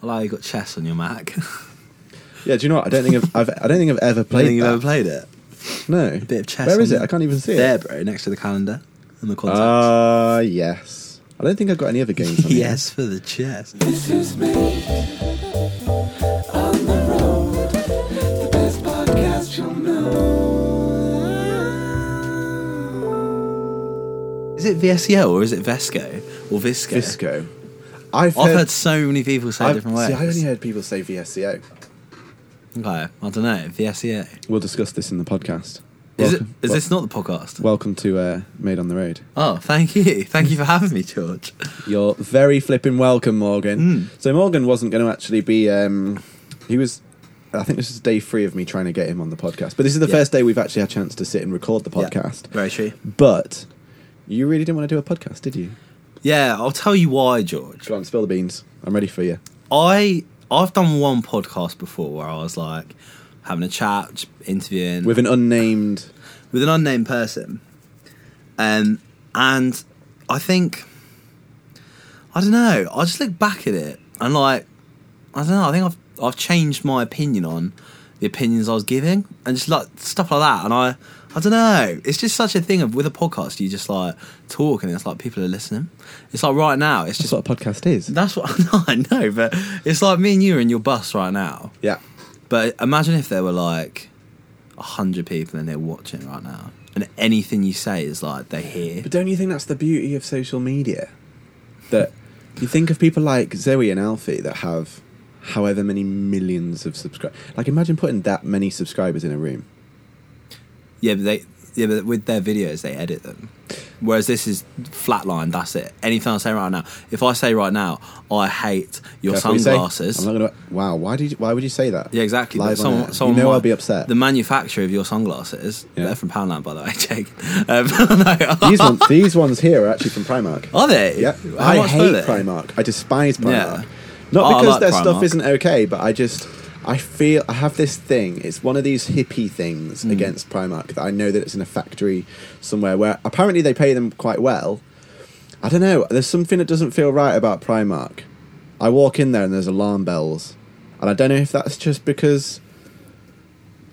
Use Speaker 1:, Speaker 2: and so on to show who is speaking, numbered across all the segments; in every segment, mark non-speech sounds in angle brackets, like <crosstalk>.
Speaker 1: Hello, you got chess on your Mac. <laughs>
Speaker 2: Yeah, do you know what? I don't think I've, I've I don't think I've ever
Speaker 1: I
Speaker 2: played.
Speaker 1: think you've
Speaker 2: that.
Speaker 1: ever played it.
Speaker 2: No.
Speaker 1: A bit of chess.
Speaker 2: Where
Speaker 1: on
Speaker 2: is it?
Speaker 1: the-
Speaker 2: I can't even see
Speaker 1: There,
Speaker 2: it.
Speaker 1: bro, next to the calendar and the contacts.
Speaker 2: Ah, yes. I don't think I've got any other games. On
Speaker 1: <laughs>
Speaker 2: here.
Speaker 1: yes, for the chess.
Speaker 3: This is me on the road, the best podcast you'll know.
Speaker 1: Is it VSEO or is it Vesco or Visco?
Speaker 2: Visco. I've,
Speaker 1: I've heard so many people say
Speaker 2: I've-
Speaker 1: different ways.
Speaker 2: See, I only heard people say VSCO.
Speaker 1: Okay, I don't know. VSEO.
Speaker 2: We'll discuss this in the podcast.
Speaker 1: Is, it,
Speaker 2: Welcome-
Speaker 1: is
Speaker 2: wel-
Speaker 1: this not the podcast?
Speaker 2: Welcome to uh, Made on the Road.
Speaker 1: Oh, thank you. <laughs> Thank you for having me, George.
Speaker 2: You're very flipping welcome,
Speaker 1: Hmm.
Speaker 2: Morgan. So Morgan wasn't going to actually be. Um, he was. I think this is day three of me trying to get him on the podcast, but this is the
Speaker 1: Yeah.
Speaker 2: first day we've actually had a chance to sit and record the
Speaker 1: Yeah,
Speaker 2: podcast.
Speaker 1: very true.
Speaker 2: But you really didn't want to do a podcast, did you?
Speaker 1: Yeah, I'll tell you why, George.
Speaker 2: Go on, spill the beans. I'm ready for you.
Speaker 1: I I've done one podcast before where I was like having a chat, just interviewing
Speaker 2: With an unnamed.
Speaker 1: with an unnamed person. Um, and I think, I don't know, I just look back at it and like, I don't know, I think I've, I've changed my opinion on the opinions I was giving and just like stuff like that. And I, I don't know, it's just such a thing of with a podcast, you just like talk and it's like people are listening. It's like right now, it's
Speaker 2: That's
Speaker 1: just,
Speaker 2: what a podcast is.
Speaker 1: that's what <laughs> I know, but it's like me and you are in your bus right now.
Speaker 2: Yeah.
Speaker 1: But imagine if there were like a hundred people in here watching right now, and anything you say is like they hear.
Speaker 2: But don't you think that's the beauty of social media? That you think of people like Zoe and Alfie that have however many millions of subscribers. Like, imagine putting that many subscribers in a room.
Speaker 1: Yeah, but they yeah, but with their videos they edit them. Whereas this is flatline. That's it. Anything I say right now, if I say right now, I hate your
Speaker 2: Careful what you say.
Speaker 1: sunglasses.
Speaker 2: I'm not gonna. Wow. Why did? You, why would you say that?
Speaker 1: yeah, exactly.
Speaker 2: Live
Speaker 1: But
Speaker 2: on
Speaker 1: someone-
Speaker 2: air.
Speaker 1: someone
Speaker 2: you know
Speaker 1: might-
Speaker 2: I'll be upset.
Speaker 1: The manufacturer of your sunglasses,
Speaker 2: Yeah.
Speaker 1: they're from Poundland, by the way, <laughs> Jake. Um, no,
Speaker 2: these ones. These ones here are actually from Primark.
Speaker 1: are <laughs> they?
Speaker 2: Yeah.
Speaker 1: How
Speaker 2: I
Speaker 1: much were
Speaker 2: hate
Speaker 1: they?
Speaker 2: Primark. I despise
Speaker 1: Yeah.
Speaker 2: Primark.
Speaker 1: Oh,
Speaker 2: Not
Speaker 1: I like
Speaker 2: because their
Speaker 1: Primark.
Speaker 2: stuff isn't okay, but I just I feel I have this thing. It's one of these hippie things
Speaker 1: Mm.
Speaker 2: against Primark that I know that it's in a factory somewhere where apparently they pay them quite well. I don't know. There's something that doesn't feel right about Primark. I walk in there and there's alarm bells, and I don't know if that's just because.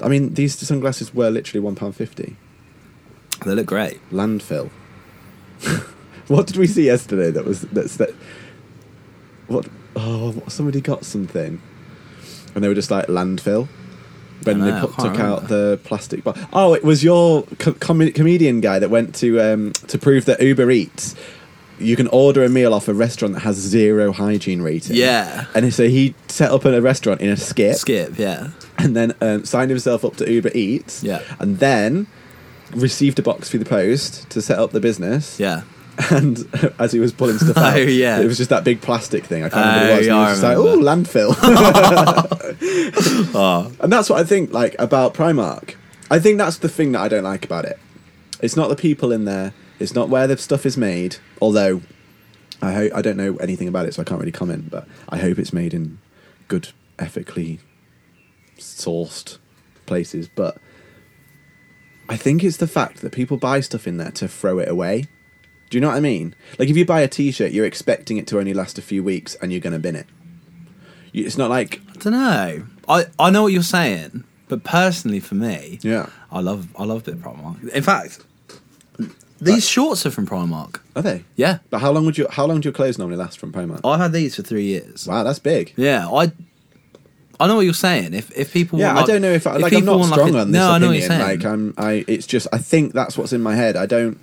Speaker 2: I mean, these sunglasses were literally one pound fifty
Speaker 1: They look great.
Speaker 2: landfill. <laughs> what did we see yesterday? That was that's that. What? Oh, what- somebody got something, and they were just like landfill. When
Speaker 1: I
Speaker 2: they
Speaker 1: know, I
Speaker 2: put,
Speaker 1: can't
Speaker 2: took out
Speaker 1: remember.
Speaker 2: the plastic box. Oh, it was your co- com- comedian guy that went to um, to prove that Uber Eats. You can order a meal off a restaurant that has zero hygiene rating.
Speaker 1: Yeah.
Speaker 2: and so he set up a restaurant in a skip
Speaker 1: Skip. Yeah.
Speaker 2: <laughs> and then um, signed himself up to Uber Eats.
Speaker 1: Yeah.
Speaker 2: And then received a box through the post to set up the business.
Speaker 1: Yeah.
Speaker 2: <laughs> And uh, as he was pulling stuff out,
Speaker 1: <laughs> Oh, yeah.
Speaker 2: it was just that big plastic thing. I can't remember
Speaker 1: Oh,
Speaker 2: what it was.
Speaker 1: yeah,
Speaker 2: and
Speaker 1: I
Speaker 2: he was just
Speaker 1: <laughs>
Speaker 2: like, oh, landfill.
Speaker 1: Oh.
Speaker 2: and that's what I think like about Primark. I think that's the thing that I don't like about it. It's not the people in there. It's not where the stuff is made. Although I hope I don't know anything about it, so I can't really comment. But I hope it's made in good, ethically sourced places. But I think it's the fact that people buy stuff in there to throw it away. Do you know what I mean? Like if you buy a T-shirt, you're expecting it to only last a few weeks, and you're gonna bin it. You- It's not like
Speaker 1: don't know. I, I know what you're saying, but personally for me,
Speaker 2: yeah.
Speaker 1: I love I love a bit of Primark. In fact, these shorts are from Primark.
Speaker 2: Are they?
Speaker 1: Yeah,
Speaker 2: But how long would you? How long do your clothes normally last from Primark?
Speaker 1: I've had these for three years.
Speaker 2: Wow, that's big.
Speaker 1: Yeah, I I know what you're saying. If if people
Speaker 2: Yeah,
Speaker 1: want, like,
Speaker 2: I don't know if I, like I'm
Speaker 1: people
Speaker 2: not
Speaker 1: want,
Speaker 2: strong
Speaker 1: a-
Speaker 2: on this
Speaker 1: no, I know what you're
Speaker 2: opinion.
Speaker 1: saying.
Speaker 2: like I'm, I it's just I think that's what's in my head. I don't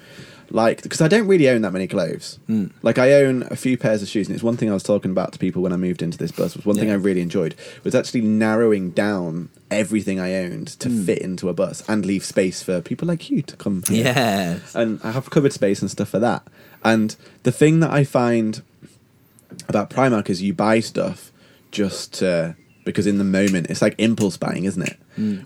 Speaker 2: like because I don't really own that many clothes.
Speaker 1: Hmm.
Speaker 2: Like I own a few pairs of shoes, and it's one thing I was talking about to people when I moved into this bus. Was one thing
Speaker 1: Yeah.
Speaker 2: I really enjoyed was actually narrowing down everything I owned to
Speaker 1: Hmm.
Speaker 2: fit into a bus and leave space for people like you to come. Here
Speaker 1: yeah,
Speaker 2: <laughs> and I have covered space and stuff for that. And the thing that I find about Primark is you buy stuff just to, because in the moment it's like impulse buying, isn't it?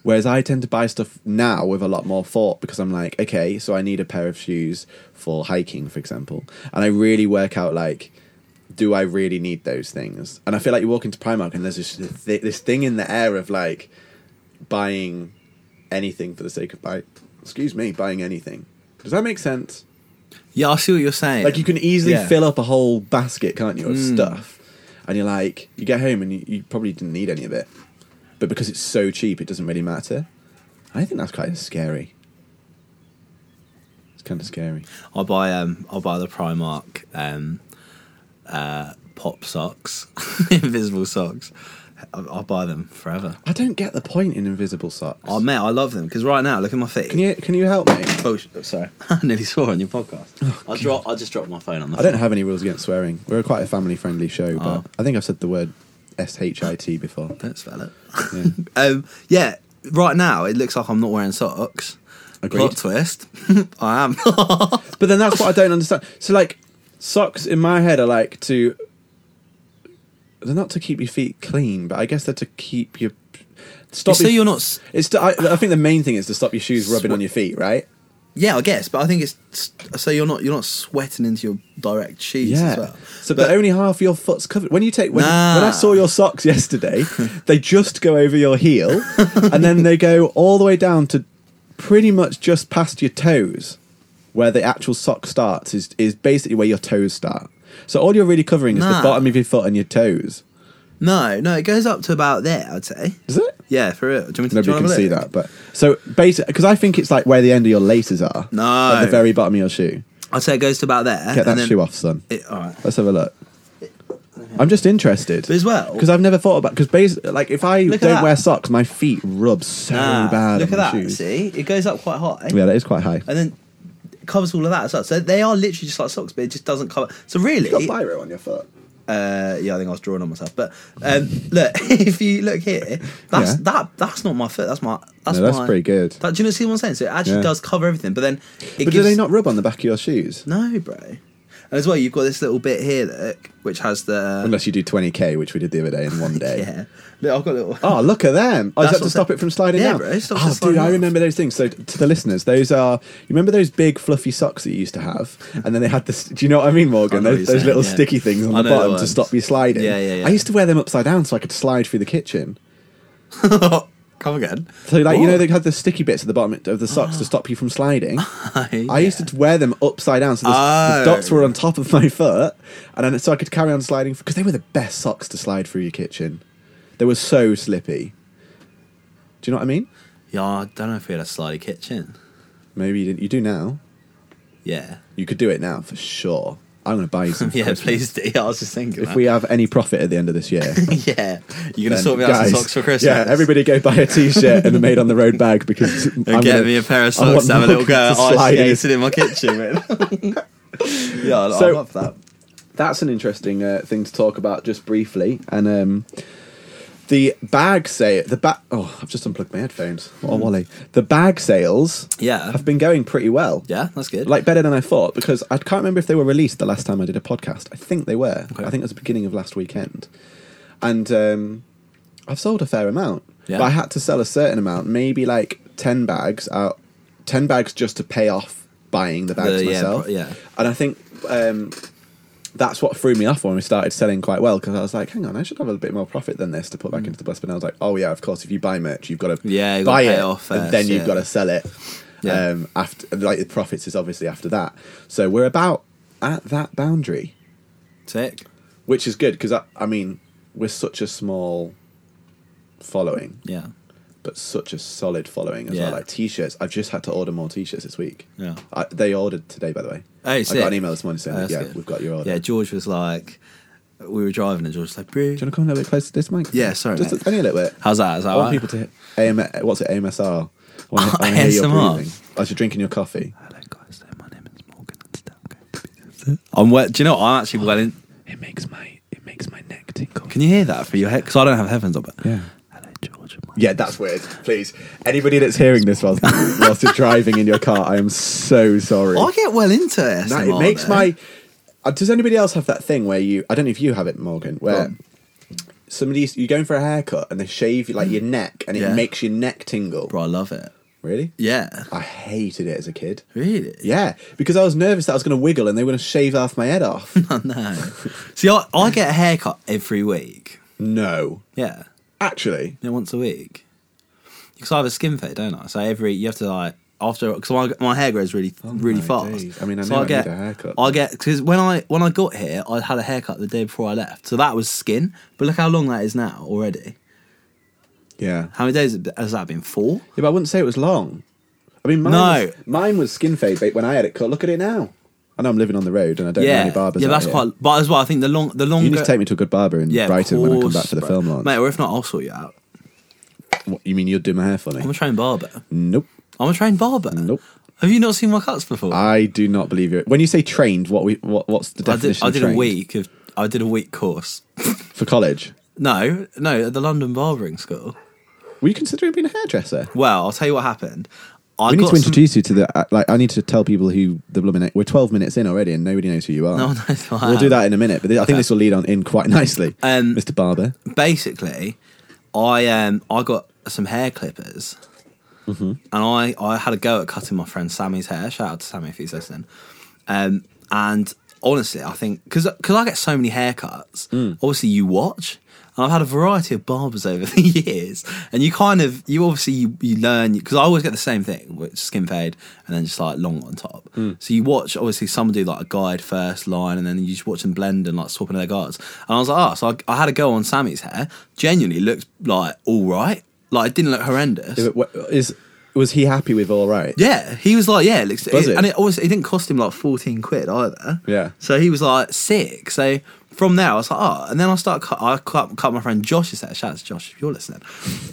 Speaker 2: Whereas I tend to buy stuff now with a lot more thought because I'm like, okay, so I need a pair of shoes for hiking, for example, and I really work out like. Do I really need those things? And I feel like you walk into Primark and there's just this, thi- this thing in the air of like buying anything for the sake of buy. Excuse me, buying anything. Does that make sense?
Speaker 1: yeah, I see what you're saying.
Speaker 2: Like you can easily
Speaker 1: Yeah. Hmm.
Speaker 2: fill up a whole basket, can't you, of stuff? and you're like, you get home and you, you probably didn't need any of it, but because it's so cheap, it doesn't really matter. I think that's kind of scary. It's kind of scary.
Speaker 1: I'll buy um I'll buy the Primark um uh pop socks, <laughs> invisible socks. I'll, I'll buy them forever.
Speaker 2: I don't get the point in invisible socks.
Speaker 1: Oh mate, I love them because right now look at my feet.
Speaker 2: can you can you help me?
Speaker 1: Oh, sh-
Speaker 2: <laughs>
Speaker 1: sorry, I nearly swore on your podcast. I drop Oh, I just dropped my phone on the.
Speaker 2: I
Speaker 1: floor.
Speaker 2: don't have any rules against swearing. We're quite a family friendly show, but
Speaker 1: Oh.
Speaker 2: I think I've said the word S H I T before.
Speaker 1: Don't spell it.
Speaker 2: Yeah.
Speaker 1: <laughs> Um, yeah, right now it looks like I'm not wearing socks.
Speaker 2: Agreed.
Speaker 1: Plot twist. <laughs> I
Speaker 2: <laughs>
Speaker 1: am.
Speaker 2: But then that's what I don't understand. So like socks in my head are like to they're not to keep your feet clean, but I guess they're to keep your
Speaker 1: you
Speaker 2: stop.
Speaker 1: say
Speaker 2: your-
Speaker 1: you're not. s-
Speaker 2: It's to, I, I think the main thing is to stop your shoes rubbing on your feet, right?
Speaker 1: Yeah, I guess, but I think it's s- so you're not you're not sweating into your direct shoes as well.
Speaker 2: So but, only half your foot's covered. When you take when,
Speaker 1: Nah.
Speaker 2: when I saw your
Speaker 1: <laughs>
Speaker 2: socks yesterday, they just go over your heel and then they go all the way down to pretty much just past your toes. Where the actual sock starts is is basically where your toes start. So all you're really covering is
Speaker 1: Nah.
Speaker 2: the bottom of your foot and your toes.
Speaker 1: No, no, it goes up to about there. I'd say.
Speaker 2: Is it?
Speaker 1: Yeah, for real. Do you want me to, do
Speaker 2: Nobody
Speaker 1: you
Speaker 2: can
Speaker 1: want to
Speaker 2: see
Speaker 1: have a
Speaker 2: that, but so basically, because I think it's like where the end of your laces are.
Speaker 1: No.
Speaker 2: at the very bottom of your shoe.
Speaker 1: look? I'd say it goes to about there.
Speaker 2: Get that
Speaker 1: and then-
Speaker 2: shoe
Speaker 1: <laughs>
Speaker 2: off, son.
Speaker 1: It, all right.
Speaker 2: Let's have a look. I'm just interested
Speaker 1: But as well,
Speaker 2: because I've never thought about because basically, like if I
Speaker 1: Look at
Speaker 2: don't
Speaker 1: that.
Speaker 2: wear socks, my feet rub so
Speaker 1: Ah,
Speaker 2: bad.
Speaker 1: Look
Speaker 2: on
Speaker 1: at
Speaker 2: my
Speaker 1: that.
Speaker 2: Shoes.
Speaker 1: See, it goes up quite high,
Speaker 2: Yeah, that is quite high.
Speaker 1: and then it covers all of that as well. So they are literally just like socks, but it just doesn't cover. So really,
Speaker 2: biro on your foot.
Speaker 1: uh, yeah, I think I was drawing on myself. But um, look, <laughs> if you look here, that's
Speaker 2: Yeah.
Speaker 1: that that's not my foot. That's my that's,
Speaker 2: No, that's
Speaker 1: my-
Speaker 2: pretty good.
Speaker 1: That, do you know see what I'm saying? So it actually
Speaker 2: Yeah.
Speaker 1: does cover everything, but then it
Speaker 2: But do
Speaker 1: gives-
Speaker 2: they not rub on the back of your shoes?
Speaker 1: No, bro. And as well, you've got this little bit here, look, which has the
Speaker 2: Unless you do 20k, which we did the other day in one
Speaker 1: <laughs>
Speaker 2: day.
Speaker 1: yeah. Look, I've got a little.
Speaker 2: Oh, look at them! Oh, is
Speaker 1: That's what
Speaker 2: that to
Speaker 1: I'm
Speaker 2: stop
Speaker 1: saying.
Speaker 2: it from sliding
Speaker 1: Yeah,
Speaker 2: down?
Speaker 1: bro, it stops it
Speaker 2: oh, dude,
Speaker 1: sliding
Speaker 2: I
Speaker 1: down.
Speaker 2: remember those things. So, t- to the listeners, those are you remember those big fluffy socks that you used
Speaker 1: <laughs>
Speaker 2: to have, and then they had this. Do you know what I mean, Morgan?
Speaker 1: I know what
Speaker 2: those
Speaker 1: you're
Speaker 2: those
Speaker 1: saying,
Speaker 2: little
Speaker 1: yeah.
Speaker 2: sticky things on
Speaker 1: I know
Speaker 2: the
Speaker 1: the
Speaker 2: bottom to
Speaker 1: ones.
Speaker 2: stop you sliding.
Speaker 1: Yeah, yeah, yeah.
Speaker 2: I used to wear them upside down so I could slide through the kitchen. Oh.
Speaker 1: <laughs> Come again.
Speaker 2: So like you know
Speaker 1: What?
Speaker 2: they had the sticky bits at the bottom of
Speaker 1: <gasps>
Speaker 2: the socks to stop you from sliding. I used
Speaker 1: Yeah.
Speaker 2: to wear them upside down, so the, the
Speaker 1: Oh.
Speaker 2: dots were on top of my foot, and then so I could carry on sliding because they were the best socks to slide through your kitchen. They were so slippy. Do you know what I mean?
Speaker 1: <laughs> Yeah, I don't know if we had a slidey kitchen.
Speaker 2: Maybe you didn't. You do now.
Speaker 1: Yeah.
Speaker 2: You could do it now for sure. I'm going
Speaker 1: <laughs>
Speaker 2: to buy you some. for
Speaker 1: Yeah,
Speaker 2: Christmas.
Speaker 1: please do. I was just thinking.
Speaker 2: If
Speaker 1: that.
Speaker 2: we have any profit at the end
Speaker 1: <laughs>
Speaker 2: of this year, <laughs>
Speaker 1: yeah, you're gonna
Speaker 2: then
Speaker 1: sort me out
Speaker 2: guys,
Speaker 1: some socks for Christmas.
Speaker 2: Yeah, everybody go buy a t-shirt and a made on the road
Speaker 1: <laughs>
Speaker 2: bag because I'm
Speaker 1: And get
Speaker 2: gonna-
Speaker 1: me a pair of
Speaker 2: I want
Speaker 1: socks to have a little
Speaker 2: Morgan
Speaker 1: go at
Speaker 2: to
Speaker 1: ice
Speaker 2: slide in.
Speaker 1: skating in my kitchen. Man.
Speaker 2: <laughs>
Speaker 1: yeah, I,
Speaker 2: So-
Speaker 1: I love that.
Speaker 2: that's an interesting uh, thing to talk about just briefly. And um, the bag sale, the bag. Oh, I've just unplugged my headphones. Oh, Wally, the bag sales
Speaker 1: Mm. Yeah.
Speaker 2: have been going pretty well.
Speaker 1: Yeah, that's good.
Speaker 2: Like better than I thought because I can't remember if they were released the last time I did a podcast. I think they were.
Speaker 1: Okay.
Speaker 2: I think it was the beginning of last weekend, and um, I've sold a fair amount.
Speaker 1: Yeah.
Speaker 2: But I had to sell a certain amount, maybe like ten bags out, ten bags just to pay off buying the bags
Speaker 1: The- yeah,
Speaker 2: myself.
Speaker 1: pro- yeah.
Speaker 2: and I think um, that's what threw me off when we started selling quite well because I was like, hang on, I should have a bit more profit than this to put back into the blessed. And I was like, oh yeah, of course, if you buy merch, you've got to
Speaker 1: Mm. Yeah, you've gotta
Speaker 2: buy
Speaker 1: pay
Speaker 2: it,
Speaker 1: it off
Speaker 2: and
Speaker 1: first,
Speaker 2: then you've
Speaker 1: yeah.
Speaker 2: got to sell it.
Speaker 1: Yeah.
Speaker 2: Um, after like the profits is obviously after that. So we're about at that boundary,
Speaker 1: Sick.
Speaker 2: which is good because I, I mean we're such a small following,
Speaker 1: Yeah.
Speaker 2: but such a solid following as
Speaker 1: Yeah.
Speaker 2: well. Like t-shirts, I've just had to order more t-shirts this week.
Speaker 1: Yeah.
Speaker 2: I, they ordered today, by the way.
Speaker 1: Hey,
Speaker 2: I
Speaker 1: sick.
Speaker 2: got an email this morning saying,
Speaker 1: Oh,
Speaker 2: that,
Speaker 1: that's
Speaker 2: yeah,
Speaker 1: good.
Speaker 2: we've got your order.
Speaker 1: Yeah, George was like, we were driving and George was like, Bro,
Speaker 2: Do you want to come a little bit closer to this mic?
Speaker 1: Yeah, sorry,
Speaker 2: Just
Speaker 1: mate.
Speaker 2: only a little bit.
Speaker 1: how's that? Is that
Speaker 2: I want
Speaker 1: right?
Speaker 2: people to hit AM, what's it, AMSR? I want
Speaker 1: Oh,
Speaker 2: to <laughs> hear your
Speaker 1: ASMR.
Speaker 2: breathing. As you're drinking your coffee.
Speaker 1: Hello, guys. So my name is Morgan. and today I'm going to be- I'm well. Do you know what? I'm actually well in.
Speaker 2: It makes my it makes my neck tingle.
Speaker 1: Can you hear that for your head? Because I don't have headphones on. But
Speaker 2: Yeah.
Speaker 1: Hello, George. My-
Speaker 2: Yeah, that's weird. Please, anybody that's hearing
Speaker 1: <laughs>
Speaker 2: this whilst, whilst you're driving in your car, I am so sorry.
Speaker 1: I get well into ASMR.
Speaker 2: That- it makes
Speaker 1: though.
Speaker 2: my. Uh, does anybody else have that thing where you? I don't know if you have it, Morgan.
Speaker 1: Go
Speaker 2: Where
Speaker 1: on.
Speaker 2: somebody you're going for a haircut and they shave like your neck and it
Speaker 1: Yeah.
Speaker 2: makes your neck tingle.
Speaker 1: Bro, I love it.
Speaker 2: Really?
Speaker 1: Yeah.
Speaker 2: I hated it as a kid.
Speaker 1: Really? <laughs>
Speaker 2: Yeah, because I was nervous that I was going to wiggle and they were going to shave half my
Speaker 1: <laughs>
Speaker 2: head off.
Speaker 1: Oh, No. See, I, I get a haircut every week.
Speaker 2: no,
Speaker 1: Yeah.
Speaker 2: actually,
Speaker 1: Yeah, once a week. Because I have a skin fade, don't I? So every, you have to like after because my, my hair grows really really
Speaker 2: Oh my
Speaker 1: fast.
Speaker 2: days. I mean, I know I need a haircut.
Speaker 1: I get because when I when I got here, I had a haircut the day before I left, so that was skin. But look how long that is now already.
Speaker 2: Yeah.
Speaker 1: How many days has that been? Four.
Speaker 2: Yeah, but I wouldn't say it was long. I mean, mine,
Speaker 1: No.
Speaker 2: was, mine was skin fade but when I had it cut. Look at it now. I know I'm living on the road and I don't know
Speaker 1: yeah,
Speaker 2: any barbers.
Speaker 1: yeah.
Speaker 2: out
Speaker 1: That's
Speaker 2: here.
Speaker 1: quite. But as well, I think the long the longer.
Speaker 2: You need to take me to a good barber in
Speaker 1: yeah,
Speaker 2: Brighton when I come
Speaker 1: course,
Speaker 2: back for the
Speaker 1: bro.
Speaker 2: film launch.
Speaker 1: mate. Or if not, I'll sort you out.
Speaker 2: What, you mean you'll do my hair for
Speaker 1: I'm
Speaker 2: me?
Speaker 1: a trained barber.
Speaker 2: Nope,
Speaker 1: I'm a trained barber.
Speaker 2: nope.
Speaker 1: Have you not seen my cuts before?
Speaker 2: I do not believe you. When you say trained, what we what, what's the
Speaker 1: I did.
Speaker 2: definition?
Speaker 1: I did
Speaker 2: of trained?
Speaker 1: a week of. I did a week course.
Speaker 2: for college.
Speaker 1: No, no, at the London Barbering School.
Speaker 2: Were you considering being a hairdresser?
Speaker 1: Well, I'll tell you what happened. I
Speaker 2: we need
Speaker 1: got some-
Speaker 2: to introduce you to the uh, like. I need to tell people who the blooming. We're twelve minutes in already, and nobody knows who you are.
Speaker 1: No, <laughs> no, it's fine.
Speaker 2: we'll do that in a minute. But I think this will lead on in quite nicely,
Speaker 1: Um,
Speaker 2: Mr. Barber.
Speaker 1: basically, I um I got some hair clippers, and I I had a go at cutting my friend Sammy's hair. Shout out to Sammy if he's listening. Um, and honestly, I think because I get so many haircuts, obviously you watch. And I've had a variety of barbers over <laughs> the years, and you kind of you obviously you, you learn because I always get the same thing, which skin fade and then just like long on top. So you watch obviously some do like a guide first line, and then you just watch them blend and like swapping their guards. And I was like, oh, so I, I had a go on Sammy's hair. Genuinely looked like all right, like it didn't look horrendous.
Speaker 2: Is, is- was he happy with all right?
Speaker 1: Yeah, he was like, yeah, it looks,
Speaker 2: Was it?
Speaker 1: and it also it didn't cost him like fourteen quid either.
Speaker 2: Yeah.
Speaker 1: so he was like sick. So from there, I was like, oh, and then I start cut, I cut, cut my friend Josh's hair. Shout out to Josh if you're listening,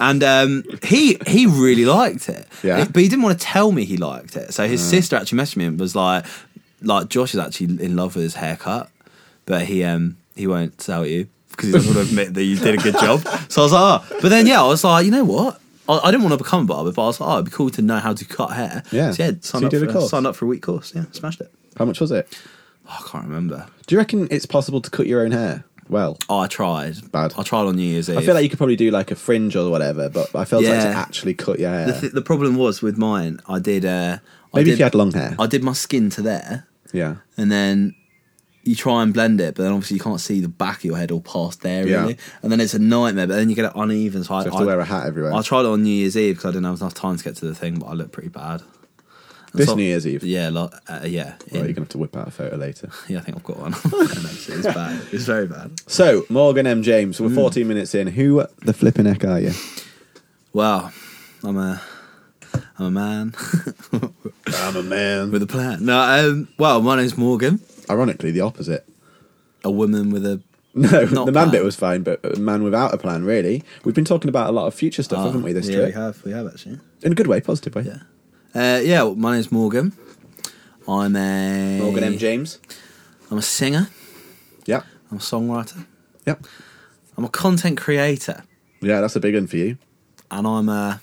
Speaker 1: and um, he he really liked it.
Speaker 2: Yeah. Uh.
Speaker 1: but he didn't want to tell me he liked it. So his sister actually messaged me and was like, like Josh is actually in love with his haircut, but he um he won't tell you. Because he doesn't
Speaker 2: <laughs>
Speaker 1: want to admit that you did a good job. So I was like, oh. But then, yeah, I was like, you know what? I, I didn't want to become a barber, but I was like, oh, it'd be cool to know how to cut hair.
Speaker 2: Yeah.
Speaker 1: So, yeah,
Speaker 2: So
Speaker 1: signed,
Speaker 2: you
Speaker 1: up
Speaker 2: did a
Speaker 1: for,
Speaker 2: course.
Speaker 1: signed up for a week course. Yeah, smashed it.
Speaker 2: How much was it?
Speaker 1: Oh, I can't remember.
Speaker 2: Do you reckon it's possible to cut your own hair? Well,
Speaker 1: Oh, I tried.
Speaker 2: Bad.
Speaker 1: I tried on New Year's Eve.
Speaker 2: I feel like you could probably do like a fringe or whatever, but I felt like to
Speaker 1: Yeah.
Speaker 2: actually cut your hair.
Speaker 1: the, th- the problem was with mine, I did. Uh, I
Speaker 2: Maybe
Speaker 1: did,
Speaker 2: if you had long hair.
Speaker 1: I did my skin to there,
Speaker 2: yeah.
Speaker 1: and then you try and blend it, but then obviously you can't see the back of your head or past there,
Speaker 2: Yeah.
Speaker 1: really. And then it's a nightmare, but then you get it uneven. So, I,
Speaker 2: So you have
Speaker 1: I-
Speaker 2: to wear a hat everywhere.
Speaker 1: I tried it on New Year's Eve because I didn't have enough time to get to the thing, but I looked pretty bad. And
Speaker 2: This
Speaker 1: so-
Speaker 2: New Year's Eve.
Speaker 1: Yeah, like, uh, yeah. in-
Speaker 2: Well, you're gonna have to whip out a photo later.
Speaker 1: Yeah, I think I've got
Speaker 2: <laughs>
Speaker 1: one. <laughs> it's, it's bad. It's very bad.
Speaker 2: So Morgan M. James, we're 14 minutes in. Who the flipping heck are you?
Speaker 1: Well, I'm a, I'm a man
Speaker 2: I'm a man.
Speaker 1: with a plan. No, um, well, my name's Morgan,
Speaker 2: Ironically, the opposite. <laughs>
Speaker 1: a woman with a.
Speaker 2: No,
Speaker 1: Not
Speaker 2: the man
Speaker 1: plan.
Speaker 2: bit was fine, but a man without a plan, really. We've been talking about a lot of future stuff, haven't Ah, we, this
Speaker 1: yeah,
Speaker 2: trip?
Speaker 1: we have, we have actually.
Speaker 2: In a good way, positive way.
Speaker 1: Yeah. Uh, yeah, well, my name's Morgan. I'm a
Speaker 2: Morgan M. James.
Speaker 1: I'm a singer.
Speaker 2: Yeah.
Speaker 1: I'm a songwriter.
Speaker 2: Yeah.
Speaker 1: I'm a content creator,
Speaker 2: Yeah, that's a big one for you.
Speaker 1: and I'm a.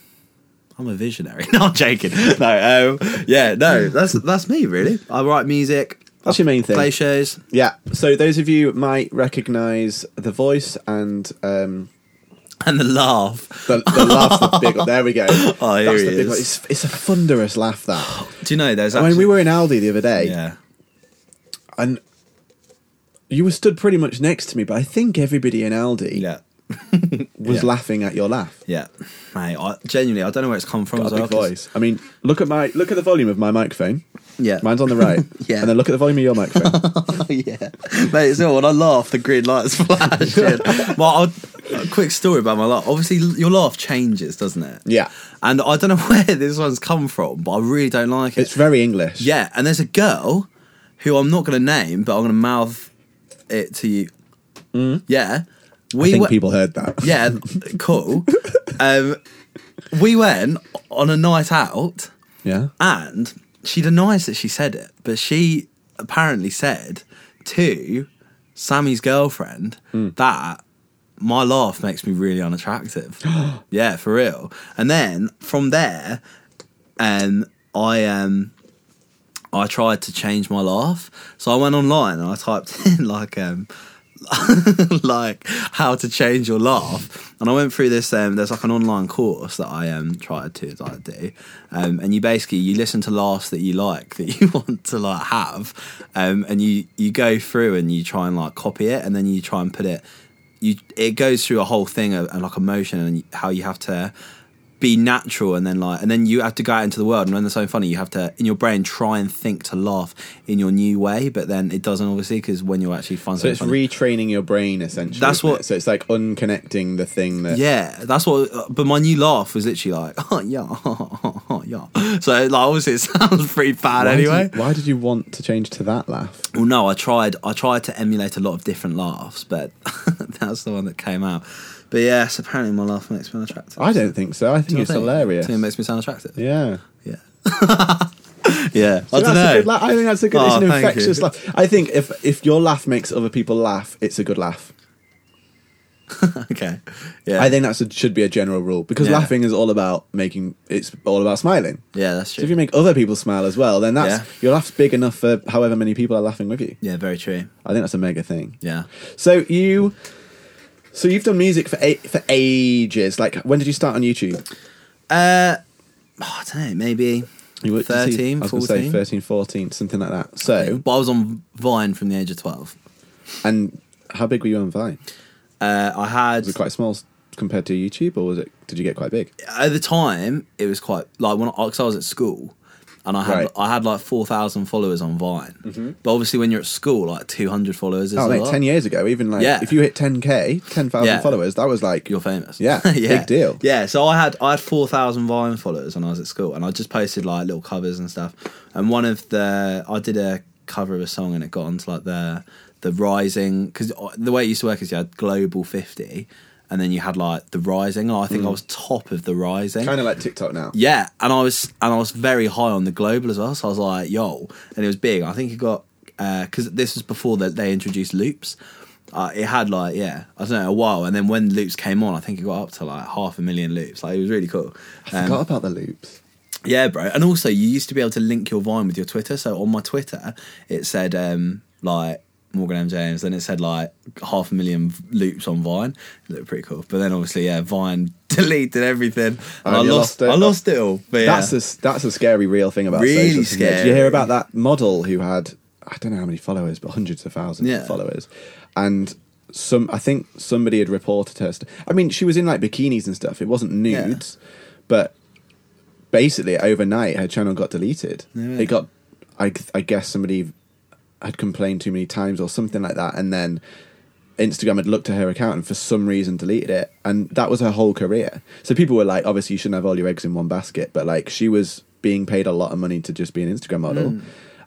Speaker 1: I'm a visionary. <laughs> No, I'm joking. No, um, yeah, no, that's that's me really. I write music,
Speaker 2: That's your main thing.
Speaker 1: play shows.
Speaker 2: Yeah. So those of you might recognise the voice and um,
Speaker 1: and the laugh.
Speaker 2: the,
Speaker 1: <laughs>
Speaker 2: the laugh's the big. There we go.
Speaker 1: Oh, here
Speaker 2: That's
Speaker 1: he
Speaker 2: the big
Speaker 1: is.
Speaker 2: one. It's, it's a thunderous
Speaker 1: <gasps>
Speaker 2: laugh. That
Speaker 1: Do you know there's actually
Speaker 2: when we were in Aldi the other day,
Speaker 1: yeah
Speaker 2: and you were stood pretty much next to me, but I think everybody in Aldi
Speaker 1: yeah
Speaker 2: was
Speaker 1: Yeah.
Speaker 2: laughing at your laugh.
Speaker 1: yeah. Mate, I, genuinely, I don't know where it's come from.
Speaker 2: A
Speaker 1: as well,
Speaker 2: big
Speaker 1: 'cause-
Speaker 2: voice. I mean, look at my look at the volume of my microphone.
Speaker 1: Yeah,
Speaker 2: Mine's on the right.
Speaker 1: <laughs> Yeah.
Speaker 2: And then look at the volume of your
Speaker 1: <laughs>
Speaker 2: microphone.
Speaker 1: Oh, yeah, mate. So when I laugh, the green lights flash. <laughs> well, I'll, a quick story about my laugh. Obviously, your laugh changes, doesn't it?
Speaker 2: yeah.
Speaker 1: And I don't know <laughs> where this one's come from, but I really don't like it.
Speaker 2: It's very English.
Speaker 1: yeah, and there's a girl who I'm not going to name, but I'm going to mouth it to you. Yeah, we
Speaker 2: I think
Speaker 1: were-
Speaker 2: people heard that.
Speaker 1: yeah, <laughs> cool. Um, we went on a night out,
Speaker 2: <laughs> Yeah.
Speaker 1: and she denies that she said it, but she apparently said to Sammy's girlfriend that my laugh makes me really unattractive. yeah, for real. And then from there, um, I um, I tried to change my laugh, so I went online and I typed <laughs> in like um, <laughs> like how to change your laugh. And I went through this. Um, there's like an online course that I um tried to like do, um, and you basically you listen to laughs that you like <laughs> that you want to like have, um, and you you go through and you try and like copy it, and then you try and put it. You it goes through a whole thing of, of like emotion and how you have to be natural and then like and then you have to go out into the world and when there's something funny you have to in your brain try and think to laugh in your new way but then it doesn't obviously because when you're actually finding
Speaker 2: So
Speaker 1: something
Speaker 2: it's
Speaker 1: funny-
Speaker 2: retraining your brain essentially.
Speaker 1: That's
Speaker 2: isn't
Speaker 1: what-
Speaker 2: it? So it's like unconnecting the thing that.
Speaker 1: Yeah, that's what. uh, But my new laugh was literally like, <laughs> oh yeah, oh, yeah. So like, obviously, it <laughs> sounds pretty bad
Speaker 2: Why did you-
Speaker 1: anyway.
Speaker 2: why did you want to change to that laugh?
Speaker 1: Well, no, I tried. I tried to emulate a lot of different laughs, but <laughs> that's the one that came out. But yes, apparently my laugh makes me attractive.
Speaker 2: I don't think so. I think
Speaker 1: You
Speaker 2: it's
Speaker 1: think?
Speaker 2: hilarious.
Speaker 1: Think It makes me sound attractive.
Speaker 2: Yeah.
Speaker 1: yeah. <laughs> Yeah. I don't
Speaker 2: So that's a
Speaker 1: know.
Speaker 2: good laugh. I think that's a good.
Speaker 1: Oh,
Speaker 2: it's an
Speaker 1: thank you.
Speaker 2: infectious laugh. I think if if your laugh makes other people laugh, it's a good laugh.
Speaker 1: okay. Yeah.
Speaker 2: I think that should be a general rule because
Speaker 1: Yeah.
Speaker 2: laughing is all about making. It's all about smiling.
Speaker 1: yeah, that's
Speaker 2: So
Speaker 1: true.
Speaker 2: if you make other people smile as well, then that's
Speaker 1: Yeah.
Speaker 2: your laugh's big enough for however many people are laughing with you.
Speaker 1: yeah, very true.
Speaker 2: I think that's a mega thing.
Speaker 1: Yeah.
Speaker 2: So you, so you've done music for a, for ages. Like when did you start on YouTube?
Speaker 1: Uh, oh, I don't know. Maybe
Speaker 2: You were- you see-
Speaker 1: 13,
Speaker 2: I was gonna say
Speaker 1: 14.
Speaker 2: 13, 14, something like that. So
Speaker 1: But I was on Vine from the age of twelve.
Speaker 2: and how big were you on Vine?
Speaker 1: Uh, I had
Speaker 2: Was it quite small s- compared to YouTube, or was it? Did you get quite big?
Speaker 1: at the time it was quite like when I, 'cause I was at school and I had
Speaker 2: Right. Mm-hmm.
Speaker 1: I had like four thousand followers on Vine, but obviously when you're at school like two hundred followers is
Speaker 2: Oh,
Speaker 1: a
Speaker 2: mate,
Speaker 1: lot.
Speaker 2: ten years ago, even like
Speaker 1: Yeah.
Speaker 2: if you hit 10k, 10,000
Speaker 1: Yeah.
Speaker 2: followers, that was like
Speaker 1: You're famous. <laughs>
Speaker 2: Yeah, big deal.
Speaker 1: Yeah, so I had I had four thousand Vine followers when I was at school, and I just posted like little covers and stuff. And one of the I did a cover of a song, and it got onto like the the rising because the way it used to work is you had global fifty, and then you had like the rising. Oh, I
Speaker 2: Mm.
Speaker 1: think I was top of the rising.
Speaker 2: kind of like TikTok now.
Speaker 1: Yeah, and I was and I was very high on the global as well. So I was like, yo, and it was big. I think it got because this was before that they introduced loops. Uh, it had like yeah, I don't know a while, and then when loops came on, I think it got up to like half a million loops. Like it was really cool.
Speaker 2: I
Speaker 1: Um,
Speaker 2: forgot about the loops.
Speaker 1: yeah, bro. And also, you used to be able to link your Vine with your Twitter. So on my Twitter, it said um, like Morgan M James, then it said like half a million v- loops on Vine. It looked pretty cool. But then obviously, yeah, Vine <laughs> deleted everything. And
Speaker 2: Oh,
Speaker 1: I
Speaker 2: you
Speaker 1: lost,
Speaker 2: lost it.
Speaker 1: I lost it all. But yeah.
Speaker 2: That's a s- that's a scary real thing about
Speaker 1: Really
Speaker 2: social, isn't it? Did
Speaker 1: scary.
Speaker 2: you hear about that model who had I don't know how many followers, but hundreds of thousands
Speaker 1: Yeah.
Speaker 2: of followers, and some I think somebody had reported her. St- I mean, she was in like bikinis and stuff. It wasn't
Speaker 1: Yeah.
Speaker 2: nudes, but basically overnight her channel got deleted.
Speaker 1: Yeah.
Speaker 2: It got I I guess somebody had complained too many times or something like that, and then Instagram had looked at her account and for some reason deleted it, and that was her whole career. So people were like, obviously, you shouldn't have all your eggs in one basket, but like she was being paid a lot of money to just be an Instagram model,
Speaker 1: Hmm.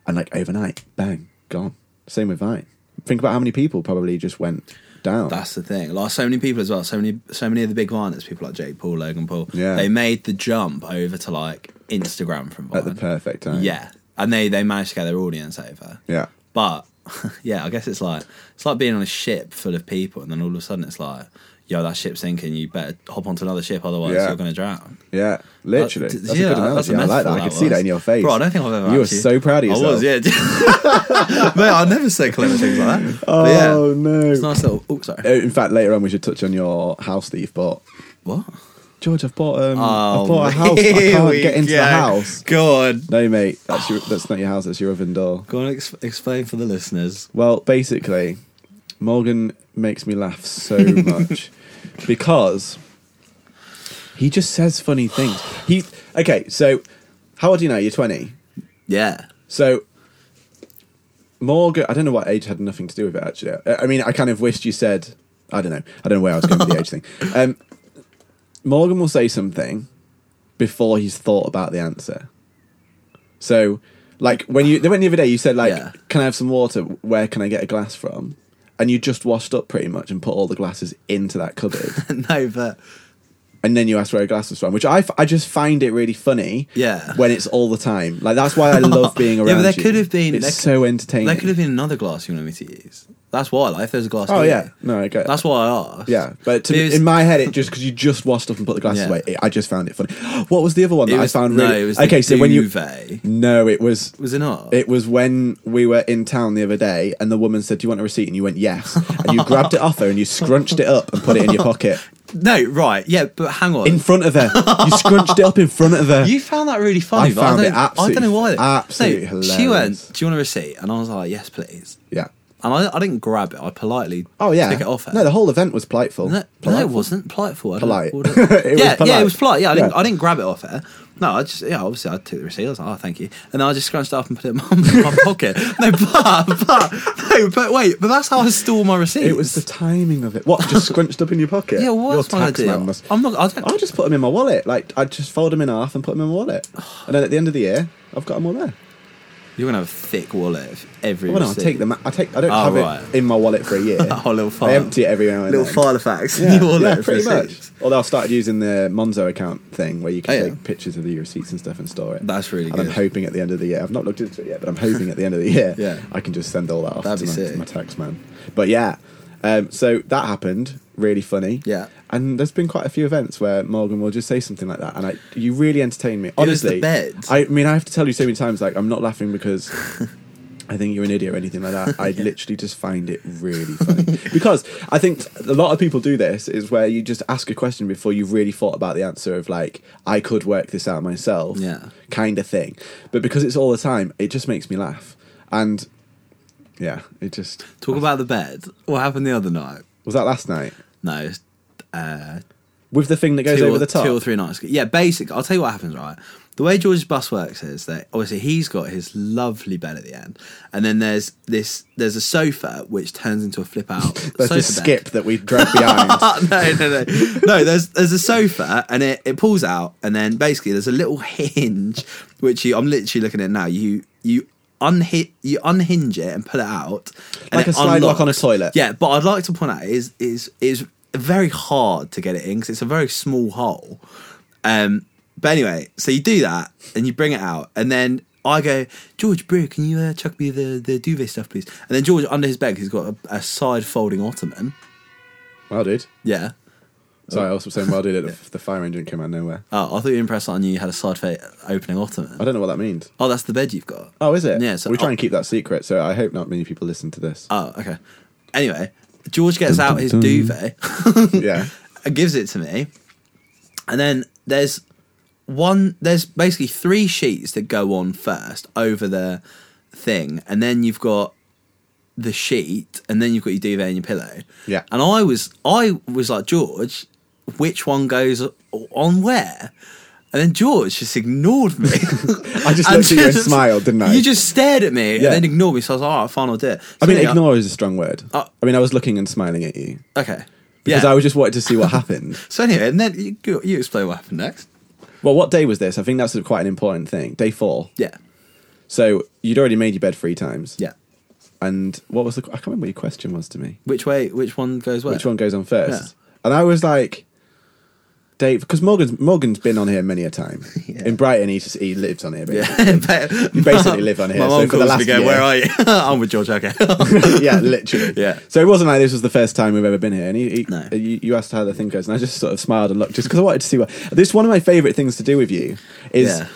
Speaker 2: and like overnight, bang, gone. Same with Vine. Think about how many people probably just went down.
Speaker 1: That's the thing. Like so many people as well. So many, so many of the big Viners, people like Jake Paul, Logan Paul.
Speaker 2: Yeah.
Speaker 1: They made the jump over to like Instagram from Vine.
Speaker 2: at the perfect time.
Speaker 1: yeah, and they they managed to get their audience over.
Speaker 2: yeah.
Speaker 1: But <laughs> yeah, I guess it's like it's like being on a ship full of people, and then all of a sudden it's like, yo, that ship's sinking. You better hop onto another ship, otherwise
Speaker 2: Yeah.
Speaker 1: you're going to drown.
Speaker 2: Yeah, literally.
Speaker 1: That-
Speaker 2: That's,
Speaker 1: yeah,
Speaker 2: a good analogy.
Speaker 1: that's a
Speaker 2: I like
Speaker 1: metaphor
Speaker 2: that. I
Speaker 1: that
Speaker 2: could see
Speaker 1: was.
Speaker 2: that in your face.
Speaker 1: Bro, I don't think I've ever.
Speaker 2: You were
Speaker 1: actually-
Speaker 2: so proud of yourself.
Speaker 1: I was, yeah. <laughs> Mate, I never say clever things like that. But yeah,
Speaker 2: Oh no.
Speaker 1: it's a nice little. Oh, sorry.
Speaker 2: Uh, In fact, later on we should touch on your house that you've bought.
Speaker 1: what?
Speaker 2: George, I've bought um,
Speaker 1: Oh, <laughs>
Speaker 2: I've bought a house. But I
Speaker 1: here
Speaker 2: can't
Speaker 1: we
Speaker 2: get into
Speaker 1: go.
Speaker 2: the house.
Speaker 1: Go on.
Speaker 2: No, mate, that's your, that's not your house. That's your oven door.
Speaker 1: Go on, ex- explain for the listeners.
Speaker 2: Well, basically, Morgan makes me
Speaker 1: <laughs>
Speaker 2: laugh so much because he just says funny things. He okay. So, how old are you now? You're twenty.
Speaker 1: Yeah. <laughs>
Speaker 2: So Morgan, I don't know what age had nothing to do with it actually. I- I mean, I kind of wished you said I don't know. I don't know where I was going with the age thing. Um, Morgan will say something before he's thought about the answer. So, like when you when the other day you said like,
Speaker 1: Yeah.
Speaker 2: "Can I have some water? Where can I get a glass from?" And you just washed up pretty much and put all the glasses into that cupboard
Speaker 1: no, but
Speaker 2: and then you ask where a glass is from, which I, f- I just find it really funny.
Speaker 1: Yeah.
Speaker 2: When it's all the time, like
Speaker 1: <laughs>
Speaker 2: that's why I love being
Speaker 1: Yeah,
Speaker 2: around.
Speaker 1: but there
Speaker 2: you.
Speaker 1: could have been-
Speaker 2: It's
Speaker 1: there could-
Speaker 2: so entertaining.
Speaker 1: there could have been another glass you wanted me to use. That's why, like, if there's a glass.
Speaker 2: Oh
Speaker 1: here,
Speaker 2: yeah, no, I get.
Speaker 1: That's why I asked.
Speaker 2: yeah, but to
Speaker 1: It
Speaker 2: me,
Speaker 1: was-
Speaker 2: in my head, it just because you just washed up and put the glasses
Speaker 1: Yeah.
Speaker 2: away, it, I just found it funny. What was the other one
Speaker 1: It
Speaker 2: that
Speaker 1: was-
Speaker 2: I found?
Speaker 1: no,
Speaker 2: Really
Speaker 1: it was the
Speaker 2: okay. So when you
Speaker 1: duvet.
Speaker 2: no, it was
Speaker 1: Was it not?
Speaker 2: It was when we were in town the other day, and the woman said, "Do you want a receipt?" And you went, "Yes," and you grabbed it off her and you scrunched it up and put it in
Speaker 1: <laughs>
Speaker 2: your pocket
Speaker 1: no, right. Yeah, but hang on.
Speaker 2: in front of her. You scrunched it up in front of her.
Speaker 1: you found that really funny.
Speaker 2: I
Speaker 1: but
Speaker 2: found
Speaker 1: I
Speaker 2: it
Speaker 1: don't, I don't know why.
Speaker 2: absolutely- absolutely
Speaker 1: She went,
Speaker 2: hilarious.
Speaker 1: "Do you want a receipt?" And I was like, "Yes, please."
Speaker 2: yeah.
Speaker 1: and I, I didn't grab it. I politely
Speaker 2: Oh yeah.
Speaker 1: took it off. Her.
Speaker 2: No, the whole event was politeful.
Speaker 1: No, no, it
Speaker 2: Politeful.
Speaker 1: wasn't politeful. I don't-
Speaker 2: Polite.
Speaker 1: what was it?
Speaker 2: <laughs> It was
Speaker 1: yeah, yeah,
Speaker 2: polite.
Speaker 1: it was polite. Yeah, I didn't,
Speaker 2: Yeah.
Speaker 1: I didn't grab it off her. No, I just yeah, obviously I took the receipt. I was like, oh, thank you, and then I just scrunched it up and put it in my, <laughs> my pocket. No, but but no, but wait, but that's how I store my receipts.
Speaker 2: It was the timing of it. What
Speaker 1: <laughs>
Speaker 2: just scrunched up in your pocket?
Speaker 1: yeah, what's
Speaker 2: Your
Speaker 1: my
Speaker 2: tax Oh.
Speaker 1: idea?
Speaker 2: man must-
Speaker 1: I'm not. I don't.
Speaker 2: I just put them in my wallet. Like I just fold them in half and put them in my wallet. And then at the end of the year, I've got them all there.
Speaker 1: You're gonna have a thick wallet. If every
Speaker 2: Well, no, I
Speaker 1: receipt.
Speaker 2: take
Speaker 1: <laughs>
Speaker 2: them. I take. I don't
Speaker 1: Oh,
Speaker 2: have
Speaker 1: right.
Speaker 2: it in my wallet for a year.
Speaker 1: <laughs> Oh, little file.
Speaker 2: I empty it every now and
Speaker 1: little
Speaker 2: then.
Speaker 1: file of <laughs> facts. in
Speaker 2: Yeah,
Speaker 1: your wallet
Speaker 2: yeah,
Speaker 1: of
Speaker 2: pretty
Speaker 1: receipts.
Speaker 2: much. Although I've started using the Monzo account thing where you can
Speaker 1: Oh, yeah.
Speaker 2: take pictures of the receipts and stuff and store it.
Speaker 1: That's really
Speaker 2: and I'm
Speaker 1: good.
Speaker 2: hoping at the end of the year, I've not looked into it yet, but I'm hoping at the end of the year,
Speaker 1: <laughs> Yeah.
Speaker 2: I can just send all that off
Speaker 1: That'd
Speaker 2: to
Speaker 1: be
Speaker 2: my,
Speaker 1: sick.
Speaker 2: to my tax man. But yeah, um, so that happened. Really funny.
Speaker 1: Yeah.
Speaker 2: And there's been quite a few events where Morgan will just say something like that, and I, you really entertain me.
Speaker 1: was the
Speaker 2: Honestly,
Speaker 1: bed.
Speaker 2: I mean, I have to tell you so many times, like I'm not
Speaker 1: <laughs>
Speaker 2: laughing because I think you're an idiot or anything like that. I literally just find it really funny because I think a lot of people do this is where you just ask a question before you've really thought about the answer of like I could work this out myself,
Speaker 1: Yeah.
Speaker 2: kind of thing. But because it's all the time, it just makes me laugh, and yeah, it just
Speaker 1: Talk about the bed. What happened the other night?
Speaker 2: was that last night
Speaker 1: No, uh,
Speaker 2: with the thing that goes
Speaker 1: two
Speaker 2: over
Speaker 1: or,
Speaker 2: the top.
Speaker 1: Two or three nights. ago. Yeah, basically, I'll tell you what happens, right? The way George's bus works is that obviously he's got his lovely bed at the end, and then there's this there's a sofa which turns into a flip
Speaker 2: <laughs>
Speaker 1: out
Speaker 2: There's
Speaker 1: sofa
Speaker 2: this
Speaker 1: bed.
Speaker 2: skip that we drag behind.
Speaker 1: Ah, <laughs> no, no, no, no. There's there's a sofa and it, it pulls out and then basically there's a little <laughs> hinge which you I'm literally looking at now. You you unhi- you unhinge it and pull it out and
Speaker 2: Like
Speaker 1: it
Speaker 2: a slide lock on a toilet.
Speaker 1: Yeah, but I'd like to point out it is is is very hard to get it in because it's a very small hole. Um, but anyway, so you do that and you bring it out, and then I go, George, bro, can you uh, chuck me the the duvet stuff, please? And then George under his bed, 'cause he's got a, a side folding ottoman.
Speaker 2: Well, dude.
Speaker 1: Yeah.
Speaker 2: Sorry, I was saying
Speaker 1: <laughs>
Speaker 2: well, dude. The, the fire engine came out of nowhere.
Speaker 1: Oh, I thought you were impressed that I knew you had a side fa- opening
Speaker 2: I
Speaker 1: ottoman.
Speaker 2: don't know what that means.
Speaker 1: Oh, that's the bed you've got.
Speaker 2: Oh, is it?
Speaker 1: Yeah, so-
Speaker 2: we try and keep that secret. So I hope not many people listen
Speaker 1: <laughs>
Speaker 2: to this.
Speaker 1: Oh, okay. Anyway, George gets out his
Speaker 2: dun.
Speaker 1: duvet <laughs>
Speaker 2: yeah,
Speaker 1: and uh, gives it to me. And then there's one, there's basically three sheets that go on first over the thing. And then you've got the sheet and then you've got your duvet and your pillow.
Speaker 2: Yeah.
Speaker 1: And I was, I was like, George, which one goes on where? And then George just ignored me. <laughs>
Speaker 2: I <laughs> just
Speaker 1: And
Speaker 2: looked at you and smiled, didn't I?
Speaker 1: You just stared at me
Speaker 2: Yeah.
Speaker 1: and then ignored me. So I was like, all right, fine, I'll do it.
Speaker 2: I mean,
Speaker 1: So, yeah,
Speaker 2: ignore is a strong word.
Speaker 1: Uh,
Speaker 2: I mean, I was looking and smiling at you
Speaker 1: Okay.
Speaker 2: because
Speaker 1: yeah.
Speaker 2: I was just wanted to see
Speaker 1: <laughs>
Speaker 2: what happened.
Speaker 1: so anyway, and then you, you you explain what happened next.
Speaker 2: Well, what day was this? I think that's quite an important thing. Day four.
Speaker 1: Yeah.
Speaker 2: So you'd already made your bed three times.
Speaker 1: Yeah.
Speaker 2: And what was the? I can't remember what your question was to me.
Speaker 1: Which way, which one goes where? <laughs>
Speaker 2: Which one goes on first? And I was like, Dave, because Morgan's Morgan's been on here many a time.
Speaker 1: <laughs> Yeah.
Speaker 2: In Brighton, he just, he lives on here. <laughs> Basically.
Speaker 1: you
Speaker 2: basically live on here,
Speaker 1: My
Speaker 2: so
Speaker 1: mum
Speaker 2: for
Speaker 1: calls
Speaker 2: the
Speaker 1: me
Speaker 2: last
Speaker 1: going,
Speaker 2: year-
Speaker 1: where are you? <laughs> I'm with George,
Speaker 2: <laughs>
Speaker 1: okay. <laughs>
Speaker 2: yeah, literally.
Speaker 1: Yeah.
Speaker 2: So it wasn't like this was the first time we've ever been here, and he, he-
Speaker 1: No.
Speaker 2: you, you asked how the thing goes, and I just sort of smiled and looked just because I wanted to see what. This one of my favorite things to do with you is.
Speaker 1: Yeah.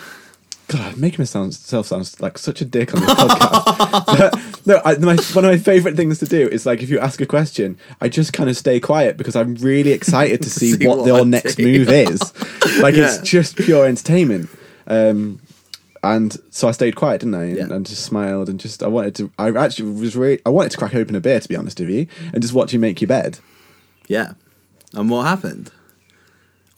Speaker 2: God, I'm making myself sound like such a dick on this podcast.
Speaker 1: <laughs>
Speaker 2: But, no, I, my, one of my favorite things to do is like if you ask a question, I just kind of stay quiet because I'm really
Speaker 1: <laughs>
Speaker 2: excited to see,
Speaker 1: See
Speaker 2: what,
Speaker 1: what
Speaker 2: their
Speaker 1: I
Speaker 2: next
Speaker 1: do. <laughs>
Speaker 2: move is. Like
Speaker 1: Yeah.
Speaker 2: it's just pure entertainment. Um, and so I stayed quiet, didn't I? And,
Speaker 1: Yeah.
Speaker 2: and just smiled and just I wanted to. I actually was really. I wanted to crack open a beer, to be honest with you, and just watch you make your bed.
Speaker 1: yeah. And what happened?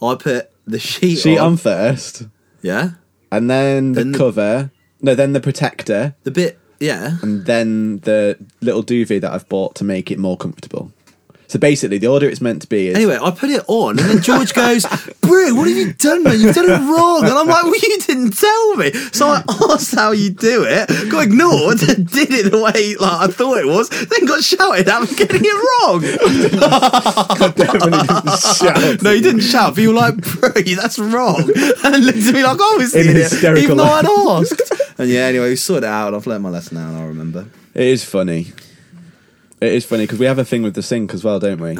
Speaker 1: I put the sheet,
Speaker 2: Sheet
Speaker 1: on.
Speaker 2: on first,
Speaker 1: Yeah.
Speaker 2: and then the
Speaker 1: Then the-
Speaker 2: cover. No, then the protector,
Speaker 1: The bit, yeah.
Speaker 2: and then the little duvet that I've bought to make it more comfortable. So basically, the order it's meant to be
Speaker 1: <laughs>
Speaker 2: is.
Speaker 1: Anyway, I put it on, and then George goes, <laughs> "Bro, what have you done, man? You've done it wrong." And I'm like, "Well, you didn't tell me." So I <laughs> asked how you do it, got ignored, <laughs> did it the way like I thought it was, then got shouted at for getting it wrong.
Speaker 2: definitely didn't shout.
Speaker 1: No, you didn't shout, but you were
Speaker 2: <laughs>
Speaker 1: like, "Bro, that's wrong," <laughs> and then looked at me like I was
Speaker 2: In
Speaker 1: doing it,
Speaker 2: hysterical
Speaker 1: even though
Speaker 2: laugh.
Speaker 1: I'd asked.
Speaker 2: <laughs>
Speaker 1: And yeah, anyway, we sorted it out. I've learned my lesson now, and I remember.
Speaker 2: <laughs> It is funny. It is funny because we have a thing with the sink as well, don't we?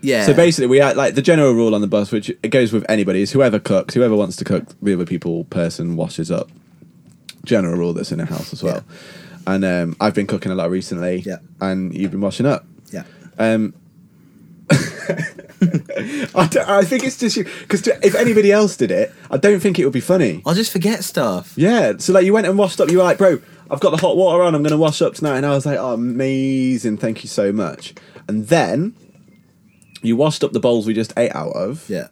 Speaker 1: Yeah.
Speaker 2: So basically, we are, like the general rule on the bus, which it goes with anybody, is whoever cooks, whoever wants to cook, the other people person washes up. General rule that's in a house as well. And um, I've been cooking a lot recently,
Speaker 1: Yeah.
Speaker 2: and you've been washing up.
Speaker 1: yeah.
Speaker 2: Um, <laughs> I, don't- I think it's just you because if anybody else did it, I don't think it would be funny.
Speaker 1: I just forget stuff.
Speaker 2: Yeah. So like you went and washed up. You were like, bro, I've got the hot water on. I'm going to wash up tonight. And I was like, oh, amazing. Thank you so much. And then you washed up the bowls we just ate out of.
Speaker 1: Yeah.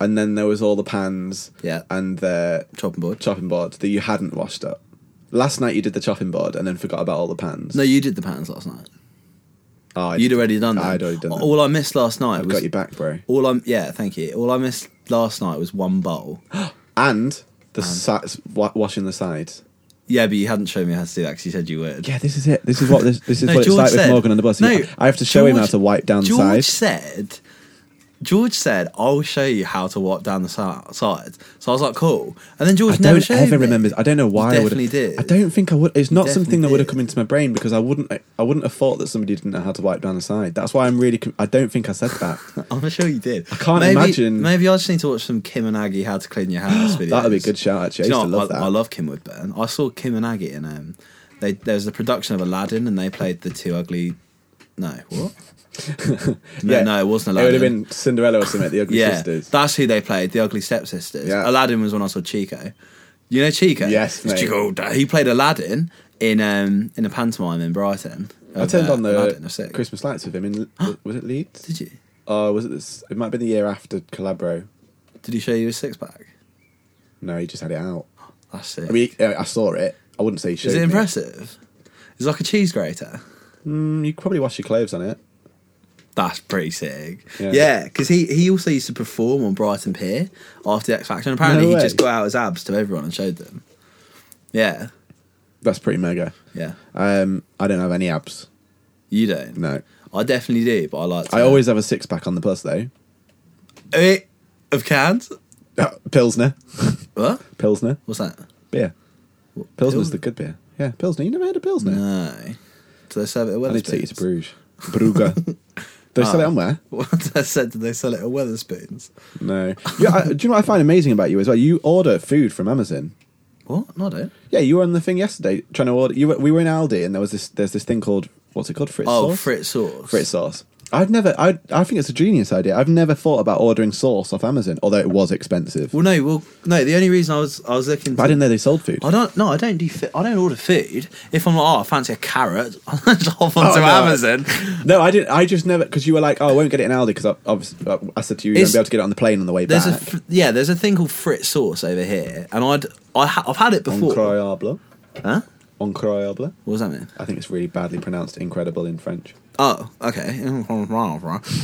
Speaker 2: And then there was all the pans.
Speaker 1: Yeah.
Speaker 2: And the
Speaker 1: Chopping board.
Speaker 2: chopping board that you hadn't washed up. Last night you did the chopping board and then forgot about all the pans.
Speaker 1: No, you did the patterns last night.
Speaker 2: Oh, I-
Speaker 1: You'd already done that.
Speaker 2: I'd already done that.
Speaker 1: All I missed last night
Speaker 2: I've
Speaker 1: was
Speaker 2: got your back, bro.
Speaker 1: all I'm. Yeah, thank you. All I missed last night was one bowl.
Speaker 2: And the sides, wa- washing the sides.
Speaker 1: yeah, but you hadn't shown me how to do that because you said you would.
Speaker 2: Yeah, this is it. This is what this, this is
Speaker 1: No,
Speaker 2: what it's
Speaker 1: George
Speaker 2: like with
Speaker 1: said-
Speaker 2: Morgan on the bus.
Speaker 1: No,
Speaker 2: I have to show him how
Speaker 1: George-
Speaker 2: to wipe down the
Speaker 1: George
Speaker 2: sides.
Speaker 1: said, George said, I'll show you how to walk down the si- sides. So I was like, cool. And then George
Speaker 2: I
Speaker 1: never
Speaker 2: don't
Speaker 1: showed
Speaker 2: ever
Speaker 1: me.
Speaker 2: remember. I don't know why I would.
Speaker 1: definitely did.
Speaker 2: I don't think I would. It's not something that
Speaker 1: definitely
Speaker 2: would have
Speaker 1: did.
Speaker 2: come into my brain because I wouldn't. I, I wouldn't have thought that somebody didn't know how to wipe down the side. That's why I'm really. con- I don't think I
Speaker 1: <laughs>
Speaker 2: said that.
Speaker 1: <laughs> I'm sure you did. I
Speaker 2: can't
Speaker 1: maybe,
Speaker 2: imagine-
Speaker 1: Maybe I just need to watch some Kim and Aggie How to Clean Your House videos.
Speaker 2: <gasps> That'd be a good shout.
Speaker 1: Do
Speaker 2: Actually,
Speaker 1: you
Speaker 2: I
Speaker 1: know
Speaker 2: used to love
Speaker 1: what? I,
Speaker 2: that.
Speaker 1: I love Kim Woodburn. I saw Kim and Aggie in um, they there's the production of Aladdin and they played the two ugly. No, what? no, no, it wasn't
Speaker 2: It would have
Speaker 1: Aladdin.
Speaker 2: been Cinderella or something. The Ugly
Speaker 1: Yeah,
Speaker 2: Sisters.
Speaker 1: that's who they played, the Ugly Stepsisters.
Speaker 2: Yeah.
Speaker 1: Aladdin was when I saw Chico. You know Chico?
Speaker 2: Yes,
Speaker 1: It's
Speaker 2: mate.
Speaker 1: Chico. He played Aladdin in um in a pantomime in Brighton. Uh,
Speaker 2: I turned on
Speaker 1: Aladdin, of
Speaker 2: the
Speaker 1: Sick.
Speaker 2: Christmas lights with him. In <gasps> was it Leeds?
Speaker 1: Did you?
Speaker 2: Or was it this? It might have been the year after Calabro.
Speaker 1: Did he show you his six pack?
Speaker 2: No, he just had it out.
Speaker 1: That's it.
Speaker 2: I mean, I I saw it. I wouldn't say he showed
Speaker 1: Is it
Speaker 2: me
Speaker 1: impressive? It's like a cheese grater.
Speaker 2: Mm, you probably wash your clothes on it.
Speaker 1: That's pretty sick.
Speaker 2: Yeah.
Speaker 1: Yeah, because he, he also used to perform on Brighton Pier after the X Factor, and apparently
Speaker 2: No
Speaker 1: he
Speaker 2: way.
Speaker 1: just got out his abs to everyone and showed them. Yeah,
Speaker 2: That's pretty mega.
Speaker 1: yeah.
Speaker 2: Um, I don't have any abs.
Speaker 1: You don't.
Speaker 2: No.
Speaker 1: I definitely do, but I like. To uh,
Speaker 2: I always have a six pack on the bus though.
Speaker 1: Eh, of cans.
Speaker 2: Pilsner.
Speaker 1: What?
Speaker 2: Pilsner.
Speaker 1: What's that?
Speaker 2: Beer. Pilsner's
Speaker 1: Pils-
Speaker 2: the good beer. Yeah, Pilsner. You never heard of Pilsner?
Speaker 1: No. Do they serve it at
Speaker 2: I need to take you to
Speaker 1: Weatherspoons?
Speaker 2: Bruges.
Speaker 1: <laughs>
Speaker 2: Brugge. Do I sell
Speaker 1: Ah.
Speaker 2: it on where?
Speaker 1: What I said, did they sell it at Weatherspoons?
Speaker 2: No. Yeah, I, do you know what I find amazing about you as well? You order food from Amazon.
Speaker 1: What? No, I don't.
Speaker 2: Yeah, you were on the thing yesterday trying to order. You were, we were in Aldi and there was this. There's this thing called what's it called? Fritz
Speaker 1: Oh,
Speaker 2: sauce.
Speaker 1: Fritz sauce.
Speaker 2: Fritz sauce. I've never. I I think it's a genius idea. I've never thought about ordering sauce off Amazon, although it was expensive.
Speaker 1: Well, no. Well, no. The only reason I was I was looking.
Speaker 2: But I didn't know they sold food.
Speaker 1: I don't. No, I don't do. Fi- I don't order food. If I'm like, oh, I fancy a carrot, <laughs> I just hop onto
Speaker 2: Oh, no.
Speaker 1: Amazon.
Speaker 2: No, I didn't. I just never because you were like, "Oh, I won't get it in Aldi" because I, obviously uh, I said to you, "You won't
Speaker 1: It's-
Speaker 2: be able to get it on the plane on the way
Speaker 1: There's
Speaker 2: back."
Speaker 1: a fr- yeah. There's a thing called Fritz sauce over here, and I'd I ha- I've had it before.
Speaker 2: Incroyable,
Speaker 1: Huh?
Speaker 2: incroyable.
Speaker 1: What does that mean?
Speaker 2: I think it's really badly pronounced "incredible" in French.
Speaker 1: Oh, okay. <laughs>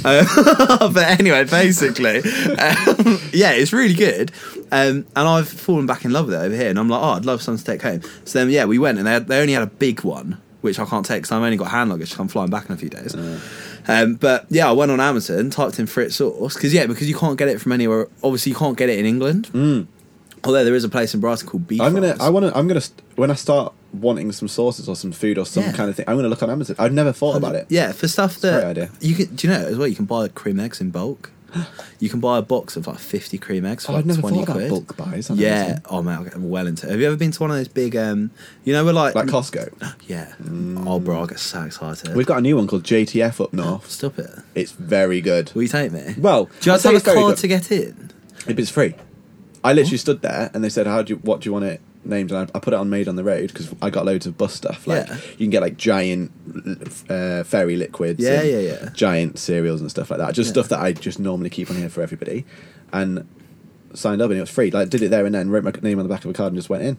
Speaker 1: Uh, but anyway, basically, um, yeah, it's really good. Um, and I've fallen back in love with it over here. And I'm like, oh, I'd love some to take home. So then, yeah, we went and they, had, they only had a big one, which I can't take because I've only got hand luggage. 'cause I'm flying back in a few days. Um, but yeah, I went on Amazon, typed in Fritz sauce because, yeah, because you can't get it from anywhere. Obviously, you can't get it in England. Although there is a place in Brighton called Beef.
Speaker 2: Mm. I'm gonna.
Speaker 1: Fries.
Speaker 2: I want to. I'm gonna. St- when I start wanting some sauces or some food or some
Speaker 1: Yeah.
Speaker 2: kind of thing, I'm gonna look on Amazon. I've never thought about it.
Speaker 1: Yeah, for stuff
Speaker 2: a
Speaker 1: that
Speaker 2: great idea.
Speaker 1: you can. Do you know as well? You can buy cream eggs in
Speaker 2: <gasps>
Speaker 1: bulk. You can buy a box of like fifty cream eggs for
Speaker 2: Oh,
Speaker 1: like
Speaker 2: I've never
Speaker 1: twenty
Speaker 2: thought about
Speaker 1: quid.
Speaker 2: bulk buys. On
Speaker 1: yeah.
Speaker 2: Amazon.
Speaker 1: Oh man, I'll get well into. it. Have you ever been to one of those big? um You know, we're like.
Speaker 2: like Mm. Costco.
Speaker 1: yeah. Oh, bro, I get so excited.
Speaker 2: We've got a new one called JTF up north.
Speaker 1: Stop it.
Speaker 2: It's very good.
Speaker 1: Will you take me?
Speaker 2: Well,
Speaker 1: do you have
Speaker 2: I'll
Speaker 1: to
Speaker 2: tell
Speaker 1: have
Speaker 2: you
Speaker 1: a
Speaker 2: very
Speaker 1: card
Speaker 2: good.
Speaker 1: to get in?
Speaker 2: If it's free. I literally stood there and they said, "How do you? What do you want it named?" And I, I put it on "Made on the Road" because I got loads of bus stuff. Like
Speaker 1: Yeah.
Speaker 2: you can get like giant uh, fairy liquids,
Speaker 1: Yeah,
Speaker 2: and
Speaker 1: yeah, yeah.
Speaker 2: giant cereals and stuff like that. Just
Speaker 1: Yeah.
Speaker 2: stuff that I just normally keep on here for everybody, and signed up and it was free. Like did it there and then wrote my name on the back of a card and just went in.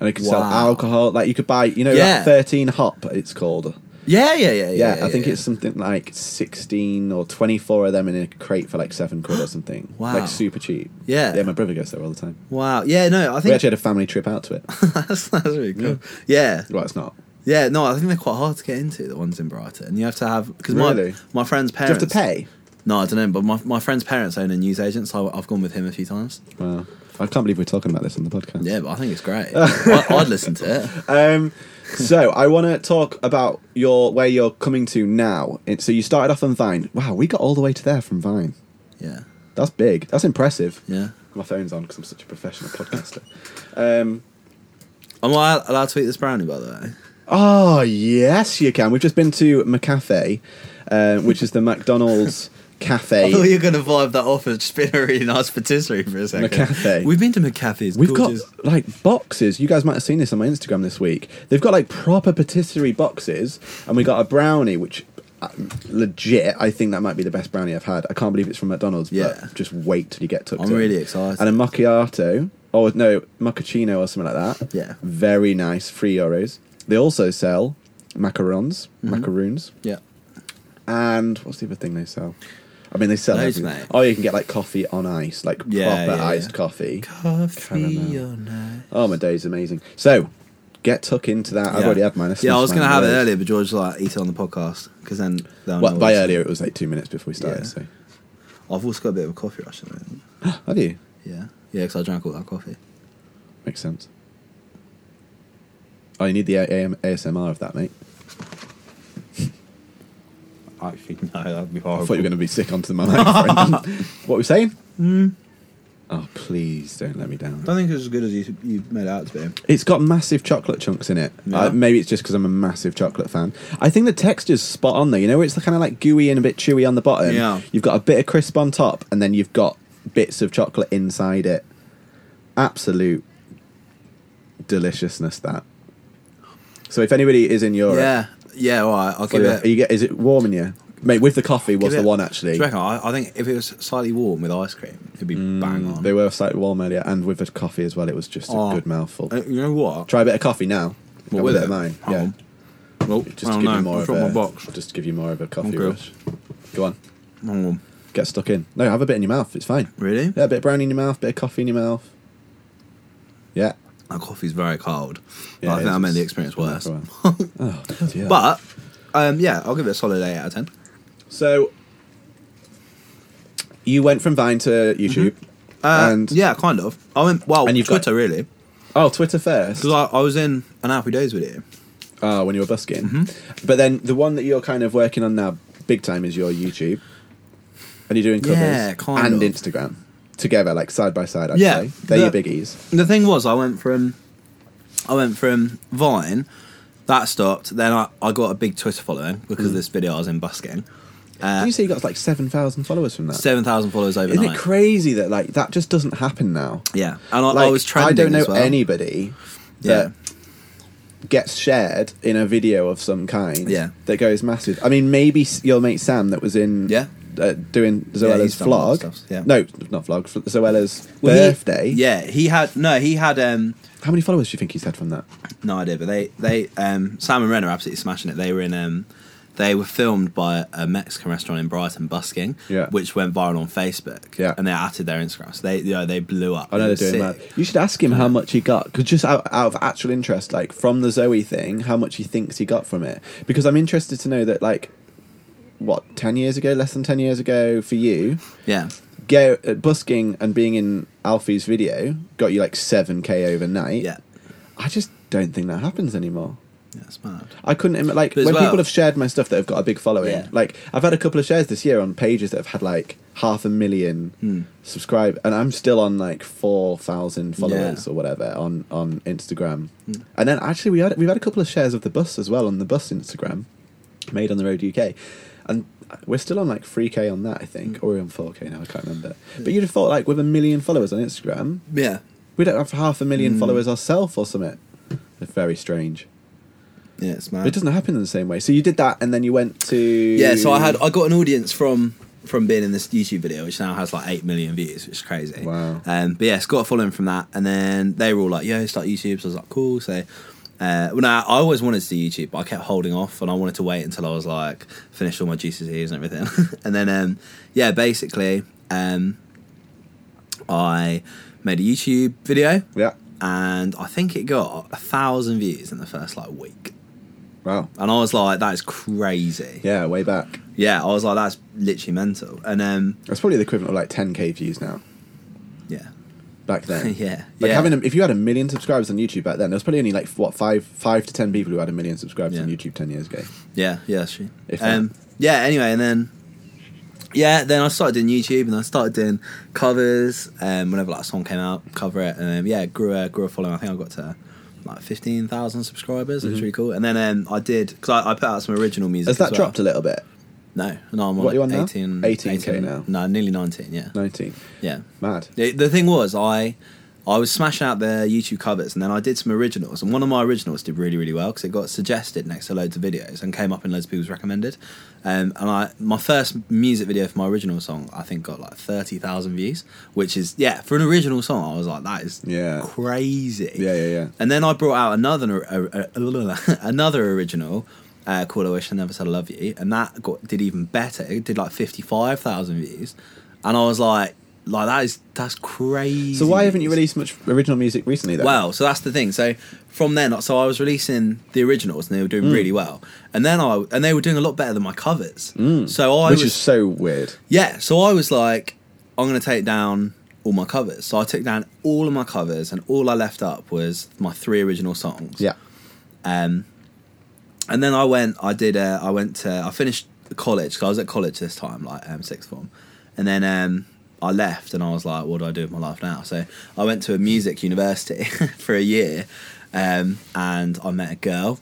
Speaker 2: And I could sell
Speaker 1: Wow.
Speaker 2: alcohol. Like you could buy, you know, like,
Speaker 1: Yeah.
Speaker 2: thirteen hop. It's called.
Speaker 1: Yeah, yeah, yeah, yeah.
Speaker 2: Yeah, I think it's something like sixteen or twenty-four of them in a crate for like seven quid or something.
Speaker 1: Wow.
Speaker 2: like super cheap.
Speaker 1: Yeah.
Speaker 2: yeah. My brother goes there all the time.
Speaker 1: Wow. Yeah. No, I
Speaker 2: We
Speaker 1: think
Speaker 2: actually had a family trip out to it.
Speaker 1: <laughs> that's, that's really cool. Yeah.
Speaker 2: well, it's not.
Speaker 1: Yeah, no, I think they're quite hard to get into the ones in Brighton. You have to have because
Speaker 2: Really?
Speaker 1: my my friend's
Speaker 2: Do you have
Speaker 1: parents
Speaker 2: to pay?
Speaker 1: No, I don't know, but my, my friend's parents own a newsagent, so I've gone with him a few times.
Speaker 2: Wow, I can't believe we're talking about this on the podcast.
Speaker 1: Yeah, but I think it's <laughs> great. I, I'd listen to it.
Speaker 2: Um, so I want to talk about your where you're coming to now. It, so you started off on Vine. Wow, we got all the way to there from Vine.
Speaker 1: Yeah,
Speaker 2: That's big. That's impressive.
Speaker 1: yeah.
Speaker 2: My phone's on because I'm such a professional podcaster. Um,
Speaker 1: Am I allowed to eat this brownie, by the way? <laughs>
Speaker 2: Oh yes, you can. We've just been to McCafe, uh, which is the McDonald's
Speaker 1: I thought
Speaker 2: cafe.
Speaker 1: you were going to vibe that off as just being a really nice patisserie for a second.
Speaker 2: McCafe.
Speaker 1: We've been to McCafe's.
Speaker 2: We've
Speaker 1: gorgeous.
Speaker 2: got like boxes. You guys might have seen this on my Instagram this week. They've got like proper patisserie boxes, and we got a brownie, which uh, legit, I think that might be the best brownie I've had. I can't believe it's from McDonald's.
Speaker 1: Yeah.
Speaker 2: But just wait till you get to.
Speaker 1: I'm really excited.
Speaker 2: And a macchiato, or no, macchiacino or something like that.
Speaker 1: Yeah.
Speaker 2: Very nice, three euros. They also sell macarons,
Speaker 1: Mm-hmm.
Speaker 2: macaroons,
Speaker 1: Yeah.
Speaker 2: and what's the other thing they sell? I mean, they sell
Speaker 1: Loads,
Speaker 2: everything.
Speaker 1: mate.
Speaker 2: Oh, you can get like coffee on ice, like
Speaker 1: Yeah,
Speaker 2: proper
Speaker 1: yeah, yeah.
Speaker 2: iced coffee.
Speaker 1: Coffee
Speaker 2: Caramel.
Speaker 1: or no?
Speaker 2: Oh, my day's amazing. So, get tuck into that. I've
Speaker 1: Yeah.
Speaker 2: already had mine.
Speaker 1: Yeah, I was going to
Speaker 2: to
Speaker 1: have it earlier, but George was like, eat it on the podcast. Because then. they'll
Speaker 2: Well,
Speaker 1: know
Speaker 2: by
Speaker 1: it's-
Speaker 2: earlier, it was like two minutes before we started.
Speaker 1: Yeah. I've also got a bit of a coffee rush at the moment.
Speaker 2: So, <gasps> have you?
Speaker 1: Yeah. Yeah, because I drank all that coffee.
Speaker 2: Makes sense. Oh, you need the A- AM- ASMR of that, mate.
Speaker 1: Actually, <laughs> no, that'd be
Speaker 2: I
Speaker 1: horrible.
Speaker 2: thought you were going to be sick onto
Speaker 1: <laughs>
Speaker 2: my microphone. what were we saying?
Speaker 1: Hmm.
Speaker 2: Oh, please don't let me down.
Speaker 1: don't think it's as good as you, you made it out to be.
Speaker 2: It's got massive chocolate chunks in it.
Speaker 1: Yeah.
Speaker 2: Uh, maybe it's just because I'm a massive chocolate fan. I think the texture's spot on though. You know, it's kind of like gooey and a bit chewy on the bottom.
Speaker 1: Yeah.
Speaker 2: You've got a bit of crisp on top, and then you've got bits of chocolate inside it. Absolute deliciousness that. So if anybody is in Europe,
Speaker 1: Yeah. Yeah, all right. I'll
Speaker 2: or
Speaker 1: give
Speaker 2: you're-
Speaker 1: it.
Speaker 2: are you get, is it warm in you? Mate, with the coffee was
Speaker 1: give
Speaker 2: the
Speaker 1: it-
Speaker 2: one
Speaker 1: Do
Speaker 2: actually.
Speaker 1: you reckon? I, I think if it was slightly warm with ice cream, it'd be bang on.
Speaker 2: Mm, They were slightly warm earlier, and with the coffee as well, it was just a
Speaker 1: Oh.
Speaker 2: good mouthful.
Speaker 1: Uh, you know what?
Speaker 2: Try a bit of coffee now.
Speaker 1: What
Speaker 2: Have
Speaker 1: with
Speaker 2: a bit
Speaker 1: it?
Speaker 2: of mine.
Speaker 1: Oh.
Speaker 2: Yeah.
Speaker 1: Well,
Speaker 2: Just
Speaker 1: I
Speaker 2: to
Speaker 1: don't
Speaker 2: give you
Speaker 1: know.
Speaker 2: more
Speaker 1: I've
Speaker 2: of
Speaker 1: got
Speaker 2: a
Speaker 1: my box.
Speaker 2: Just to give you more of a coffee
Speaker 1: Okay.
Speaker 2: rush. Go on,
Speaker 1: Mm.
Speaker 2: get stuck in. No, have a bit in your mouth. It's fine.
Speaker 1: Really?
Speaker 2: Yeah, a bit of brownie in your mouth, bit of coffee in your mouth. Yeah.
Speaker 1: That coffee's very cold.
Speaker 2: Yeah,
Speaker 1: I think
Speaker 2: it's-
Speaker 1: that made the
Speaker 2: it's-
Speaker 1: experience
Speaker 2: it's been
Speaker 1: worse.
Speaker 2: there for
Speaker 1: <laughs>
Speaker 2: a while. oh, bloody hell.
Speaker 1: But um, yeah, I'll give it a solid eight out of ten.
Speaker 2: so you went from Vine to YouTube,
Speaker 1: Uh,
Speaker 2: and
Speaker 1: yeah, kind of. I went well.
Speaker 2: And
Speaker 1: And
Speaker 2: you've
Speaker 1: you've
Speaker 2: got-
Speaker 1: Twitter really
Speaker 2: oh, Twitter first.
Speaker 1: because I, I was in an happy days with you.
Speaker 2: Oh, when you were busking.
Speaker 1: Mm-hmm.
Speaker 2: But then the one that you're kind of working on now, big time, is your YouTube, and you're doing covers
Speaker 1: Yeah, kind
Speaker 2: and
Speaker 1: of.
Speaker 2: Instagram together, like side by side. I'd
Speaker 1: Yeah,
Speaker 2: say they're
Speaker 1: the-
Speaker 2: your biggies.
Speaker 1: The thing was, I went from I went from Vine that stopped. Then I, I got a big Twitter following because of this video I was in busking.
Speaker 2: Did
Speaker 1: Uh,
Speaker 2: Mm. you say you got like seven thousand followers from that?
Speaker 1: Seven thousand followers overnight.
Speaker 2: Isn't it crazy that like that just doesn't happen now?
Speaker 1: Yeah, and I,
Speaker 2: Like,
Speaker 1: I was trending.
Speaker 2: I don't know
Speaker 1: as well.
Speaker 2: anybody that gets shared in a video of some kind.
Speaker 1: Yeah.
Speaker 2: that goes massive. I mean, maybe s- your mate Sam that was in.
Speaker 1: Yeah.
Speaker 2: Uh, doing
Speaker 1: Yeah,
Speaker 2: Zoella's
Speaker 1: he's done a lot
Speaker 2: vlog,
Speaker 1: of stuff, yeah.
Speaker 2: no, not vlog. fl- Zoella's
Speaker 1: Well, he-
Speaker 2: birthday.
Speaker 1: yeah, he had no. He had um
Speaker 2: How many followers do you think he's had from that?
Speaker 1: no idea, but they they um Sam and Ren are absolutely smashing it. They were in um they were filmed by a Mexican restaurant in Brighton busking,
Speaker 2: Yeah.
Speaker 1: which went viral on Facebook.
Speaker 2: Yeah.
Speaker 1: and they added their Instagram. So they you know, they blew up.
Speaker 2: I know
Speaker 1: It
Speaker 2: they're
Speaker 1: was
Speaker 2: doing
Speaker 1: sick.
Speaker 2: that. You should ask him how much he got, because just out, out of actual interest, like from the Zoe thing, how much he thinks he got from it. Because I'm interested to know that, like, what ten years ago, less than ten years ago, for you,
Speaker 1: Yeah,
Speaker 2: go uh, busking and being in Alfie's video got you like seven k overnight.
Speaker 1: yeah,
Speaker 2: I just don't think that happens anymore.
Speaker 1: that's mad.
Speaker 2: I couldn't im- like
Speaker 1: But as
Speaker 2: when
Speaker 1: well-
Speaker 2: people have shared my stuff that have got a big following.
Speaker 1: Yeah.
Speaker 2: Like I've had a couple of shares this year on pages that have had like half a million subscribe, and I'm still on like four thousand followers
Speaker 1: Hmm. Yeah. Hmm.
Speaker 2: or whatever on on Instagram. And then actually we had we've had a couple of shares of the bus as well on the bus Instagram, made on the road UK, and we're still on like three k on that I think,
Speaker 1: Hmm.
Speaker 2: or we're on four k now I can't remember. But you'd have thought like with a million followers on Instagram,
Speaker 1: Yeah,
Speaker 2: we don't have half a million
Speaker 1: Hmm.
Speaker 2: followers ourselves or something. They're very strange.
Speaker 1: yeah, it's
Speaker 2: But
Speaker 1: mad.
Speaker 2: it doesn't happen in the same way. So you did that, and then you went to
Speaker 1: Yeah, so I had I got an audience from from being in this YouTube video, which now has like eight million views, which is crazy.
Speaker 2: Wow.
Speaker 1: Um, but yeah, it's got a following from that, and then they were all like, "Yo, start YouTube." So I was like, "Cool." So, uh, well, no, I always wanted to do YouTube, but I kept holding off, and I wanted to wait until I was like finished all my GCSEs E and everything, <laughs> and then um, yeah, basically, um, I made a YouTube video,
Speaker 2: yeah.
Speaker 1: and I think it got a thousand views in the first like week,
Speaker 2: Wow.
Speaker 1: and I was like, "That is crazy."
Speaker 2: Yeah, way back.
Speaker 1: Yeah, I was like, that's literally mental. And um,
Speaker 2: That's probably the equivalent of like 10k views now.
Speaker 1: yeah,
Speaker 2: Back then,
Speaker 1: <laughs> Yeah,
Speaker 2: Like
Speaker 1: yeah.
Speaker 2: having a, if you had a million subscribers on YouTube back then, there was probably only like what five five to ten people who had a million subscribers on
Speaker 1: Yeah.
Speaker 2: YouTube ten years ago.
Speaker 1: yeah, yeah, that's true.
Speaker 2: If uh, that.
Speaker 1: Um, yeah. Anyway, and then yeah, then I started doing YouTube and I started doing covers. Um, whenever like a song came out, cover it, and um, yeah, grew a grew a following. I think I got to like fifteen thousand subscribers. It was really cool. And then um, I did because I, I put out some original music.
Speaker 2: Mm-hmm. Has that
Speaker 1: as well.
Speaker 2: dropped a little bit?
Speaker 1: No, no, I'm
Speaker 2: What
Speaker 1: on
Speaker 2: are you on
Speaker 1: like
Speaker 2: now?
Speaker 1: 18,
Speaker 2: 18K now.
Speaker 1: No, nearly 19, yeah.
Speaker 2: 19.
Speaker 1: Yeah.
Speaker 2: Mad.
Speaker 1: The, the thing was, I I was smashing out their YouTube covers, and then I did some originals, and one of my originals did really really well because it got suggested next to loads of videos and came up in loads of people's recommended. Um, and I my first music video for my original song I think got like thirty thousand views, which is yeah for an original song I was like that is
Speaker 2: Yeah.
Speaker 1: crazy
Speaker 2: Yeah, yeah, yeah.
Speaker 1: and then I brought out another a, a- <laughs> another original uh, called "I Wish I Never Said I Love You," and that got did even better. It did like fifty five thousand views, and I was like, like that is that's crazy.
Speaker 2: So why haven't you released much original music recently then?
Speaker 1: Well, so that's the thing. So from then, so I was releasing the originals, and they were
Speaker 2: Mm.
Speaker 1: doing really well. And then I and they were doing a lot better than my covers. So I
Speaker 2: Mm. Which
Speaker 1: was
Speaker 2: is so weird.
Speaker 1: yeah, so I was like, I'm gonna take down all my covers. So I took down all of my covers, and all I left up was my three original songs.
Speaker 2: Yeah.
Speaker 1: Um, and then I went, I did, uh, I went to, I finished college 'cause I was at college this time, like um, sixth form. And then um, I left and I was like, what do I do with my life now? So I went to a music university <laughs> for a year um, and I met a girl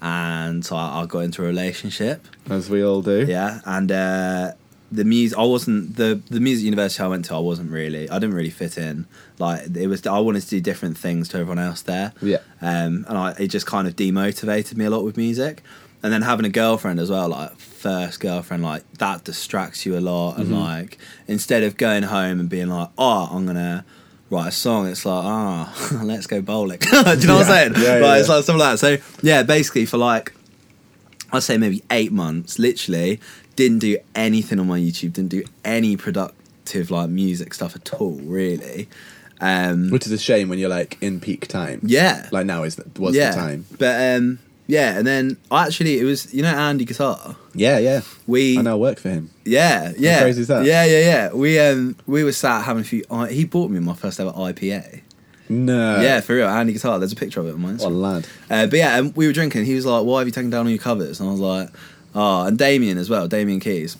Speaker 1: and so I, I got into a relationship.
Speaker 2: As we all do.
Speaker 1: Yeah, and uh, the music. I wasn't the the music university I went to. I wasn't really. I didn't really fit in. Like it was. I wanted to do different things to everyone else there.
Speaker 2: Yeah.
Speaker 1: Um, and I, it just kind of demotivated me a lot with music. And then having a girlfriend as well, like first girlfriend, like that distracts you a lot.
Speaker 2: Mm-hmm.
Speaker 1: And like instead of going home and being like, oh, I'm gonna write a song, it's like, ah, <laughs> let's go bowling. do you know what I'm
Speaker 2: Yeah.
Speaker 1: saying?
Speaker 2: Yeah, yeah,
Speaker 1: like it's
Speaker 2: yeah.
Speaker 1: like something like that. So yeah, basically for like I'd say maybe eight months, literally, didn't do anything on my YouTube, didn't do any productive like music stuff at all, really. Um
Speaker 2: Which is a shame when you're like in peak time.
Speaker 1: Yeah.
Speaker 2: Like now is the, was
Speaker 1: yeah.
Speaker 2: the time.
Speaker 1: But um yeah, and then I actually it was you know Andy Guitar.
Speaker 2: Yeah, yeah.
Speaker 1: We
Speaker 2: I now work for him.
Speaker 1: yeah, yeah.
Speaker 2: crazy is that?
Speaker 1: Yeah, yeah, yeah. We um we were sat having a few I- he bought me my first ever IPA.
Speaker 2: No.
Speaker 1: yeah, for real, Andy Guitar. There's a picture of it on my Instagram.
Speaker 2: What a lad.
Speaker 1: Uh, but yeah, and we were drinking. He was like, "Why have you taken down all your covers?" And I was like, "Oh." And Damien as well, Damien Keys.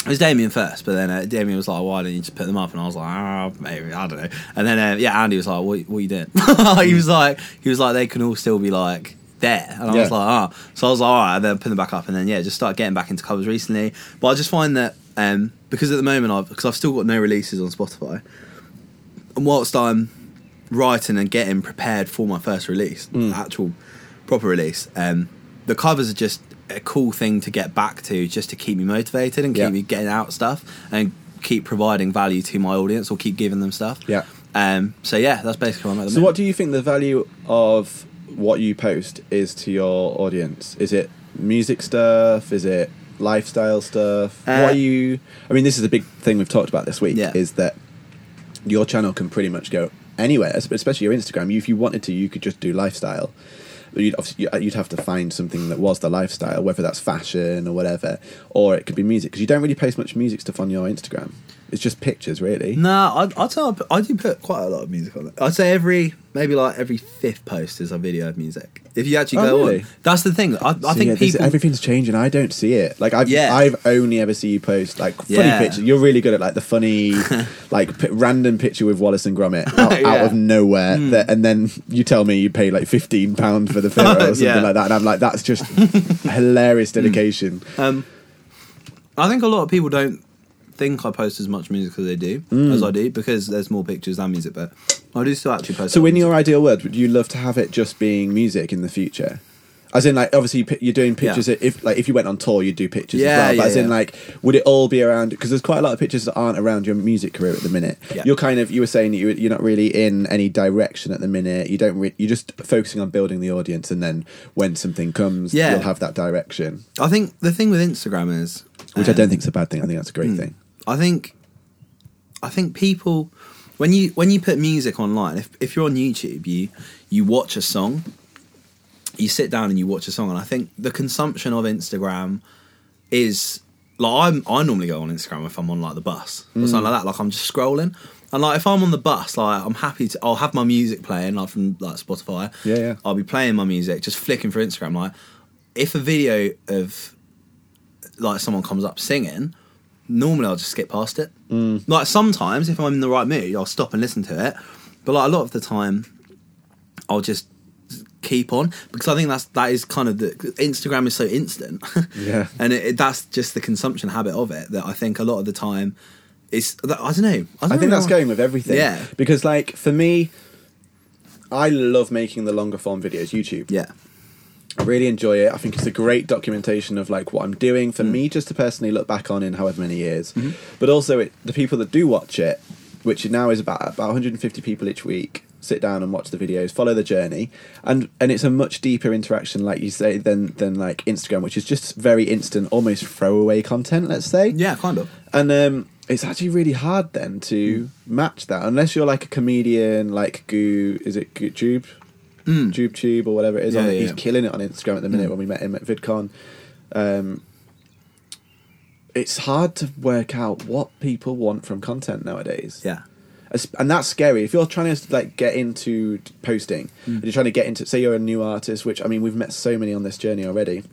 Speaker 1: It was Damien first, but then uh, Damien was like, "Why didn't you just put them up?" And I was like, "Ah, maybe I don't know." And then uh, yeah, Andy was like, "What, what you doing?" <laughs> he was like, "He was like, they can all still be like." There and I was
Speaker 2: Yeah.
Speaker 1: like, ah, so I was like, all right, then put them back up, and then yeah, just start getting back into covers recently. But I just find that um, because at the moment I've because I've still got no releases on Spotify, and whilst I'm writing and getting prepared for my first release,
Speaker 2: Hmm.
Speaker 1: actual proper release, um, the covers are just a cool thing to get back to just to keep me motivated and keep
Speaker 2: Yeah.
Speaker 1: me getting out stuff and keep providing value to my audience or keep giving them stuff.
Speaker 2: Yeah.
Speaker 1: Um, so yeah, that's basically what I'm at the
Speaker 2: So
Speaker 1: minute.
Speaker 2: what do you think the value of what you post is to your audience? Is it music stuff? Is it lifestyle stuff?
Speaker 1: Uh,
Speaker 2: what are you I mean this is a big thing we've talked about this week
Speaker 1: Yeah.
Speaker 2: is that your channel can pretty much go anywhere, es- especially your Instagram. You, if you wanted to, you could just do lifestyle. But you'd obviously you- you'd have to find something that was the lifestyle, whether that's fashion or whatever, or it could be music because you don't really post much music stuff on your Instagram. It's just pictures, really.
Speaker 1: No, I I'd say I, put- I do put quite a lot of music on it. I'd say every maybe like every fifth post is a video of music. If you actually
Speaker 2: Oh,
Speaker 1: go
Speaker 2: really?
Speaker 1: on, that's the thing. I, I
Speaker 2: So,
Speaker 1: think
Speaker 2: yeah, this-
Speaker 1: people.
Speaker 2: everything's changing. I don't see it. Like I've
Speaker 1: Yeah.
Speaker 2: I've only ever seen you post like funny
Speaker 1: Yeah.
Speaker 2: pictures. You're really good at like the
Speaker 1: <laughs>
Speaker 2: funny, like p- random picture with Wallace and Gromit out, out
Speaker 1: Yeah. Hmm.
Speaker 2: of nowhere, that, and then you tell me you pay like fifteen pound for
Speaker 1: <laughs>
Speaker 2: the photo or something
Speaker 1: Yeah.
Speaker 2: like that, and I'm like,
Speaker 1: <laughs>
Speaker 2: that's just hilarious dedication.
Speaker 1: Um, I think a lot of people don't think I post as much music as they do
Speaker 2: Mm.
Speaker 1: as I do because there's more pictures than music, but I do still actually post.
Speaker 2: So,
Speaker 1: up
Speaker 2: in your
Speaker 1: music.
Speaker 2: ideal world, would you love to have it just being music in the future? As in, like, obviously, you pi- you're doing pictures.
Speaker 1: Yeah.
Speaker 2: If like, if you went on tour, you'd do pictures
Speaker 1: Yeah,
Speaker 2: as well. But
Speaker 1: yeah,
Speaker 2: as in,
Speaker 1: yeah.
Speaker 2: like, would it all be around? Because there's quite a lot of pictures that aren't around your music career at the minute.
Speaker 1: Yeah.
Speaker 2: You're kind of you were saying that you, you're not really in any direction at the minute. You don't. Re- you're just focusing on building the audience, and then when something comes,
Speaker 1: Yeah.
Speaker 2: you'll have that direction.
Speaker 1: I think the thing with Instagram is, um,
Speaker 2: Which I don't think is a bad thing. I think that's a
Speaker 1: mm.
Speaker 2: great thing.
Speaker 1: I think, I think people when you when you put music online, if if you're on YouTube, you you watch a song, you sit down and you watch a song, and I think the consumption of Instagram is like I'm I normally go on Instagram if I'm on like the bus or something like that. Like I'm just scrolling. And like if I'm on the bus, like I'm happy to I'll have my music playing, like from like Spotify.
Speaker 2: Yeah, yeah.
Speaker 1: I'll be playing my music, just flicking through Instagram. Like if a video of like someone comes up singing, normally I'll just skip past it.
Speaker 2: Mm.
Speaker 1: Like sometimes if I'm in the right mood, I'll stop and listen to it. But like a lot of the time I'll just keep on because I think that's that is kind of the Instagram is so instant. <laughs>
Speaker 2: Yeah.
Speaker 1: and it, it- that's just the consumption habit of it that I think a lot of the time it's that, I don't know. I, don't
Speaker 2: I think
Speaker 1: know
Speaker 2: that's
Speaker 1: why.
Speaker 2: going with everything.
Speaker 1: Yeah.
Speaker 2: Because like for me, I love making the longer form videos. YouTube.
Speaker 1: Yeah.
Speaker 2: I really enjoy it. I think it's a great documentation of like what I'm doing for me just to personally look back on in however many years. But also it, the people that do watch it, which now is about about 150 people each week, sit down and watch the videos, follow the journey, and and it's a much deeper interaction, like you say, than than like Instagram, which is just very instant, almost throwaway content. Let's say
Speaker 1: Yeah, kind of.
Speaker 2: and um, it's actually really hard then to
Speaker 1: Hmm.
Speaker 2: match that unless you're like a comedian like goo is it goo tube tube tube or whatever it is
Speaker 1: Hmm. Yeah,
Speaker 2: on,
Speaker 1: yeah, Hmm.
Speaker 2: he's
Speaker 1: yeah.
Speaker 2: killing it on instagram at the minute when we met him at vidcon um, it's hard to work out what people want from content nowadays
Speaker 1: Yeah.
Speaker 2: As- and that's scary if you're trying to like get into t- posting
Speaker 1: Hmm.
Speaker 2: and you're trying to get into say you're a new artist which i mean we've met so many on this journey already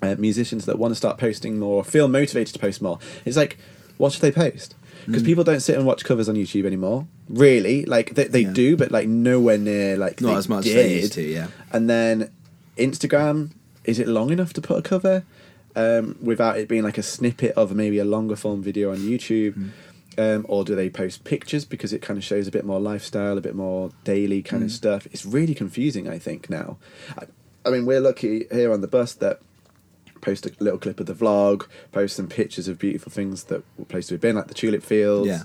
Speaker 2: uh, musicians that want to start posting more or feel motivated to post more it's like what should they post
Speaker 1: Mm.
Speaker 2: because people don't sit and watch covers on youtube anymore really like they, they
Speaker 1: Yeah.
Speaker 2: do but like nowhere near like
Speaker 1: Not
Speaker 2: they
Speaker 1: as much as
Speaker 2: did.
Speaker 1: they used to, yeah.
Speaker 2: and then instagram is it long enough to put a cover um, without it being like a snippet of maybe a longer form video on youtube
Speaker 1: Hmm.
Speaker 2: um, or do they post pictures because it kind of shows a bit more lifestyle, a bit more daily
Speaker 1: Hmm.
Speaker 2: kind of stuff? It's really confusing, I think, now. I, I mean, we're lucky here on the bus that post a little clip of the vlog, post some pictures of beautiful things that places we've been, like the tulip fields.
Speaker 1: Yeah.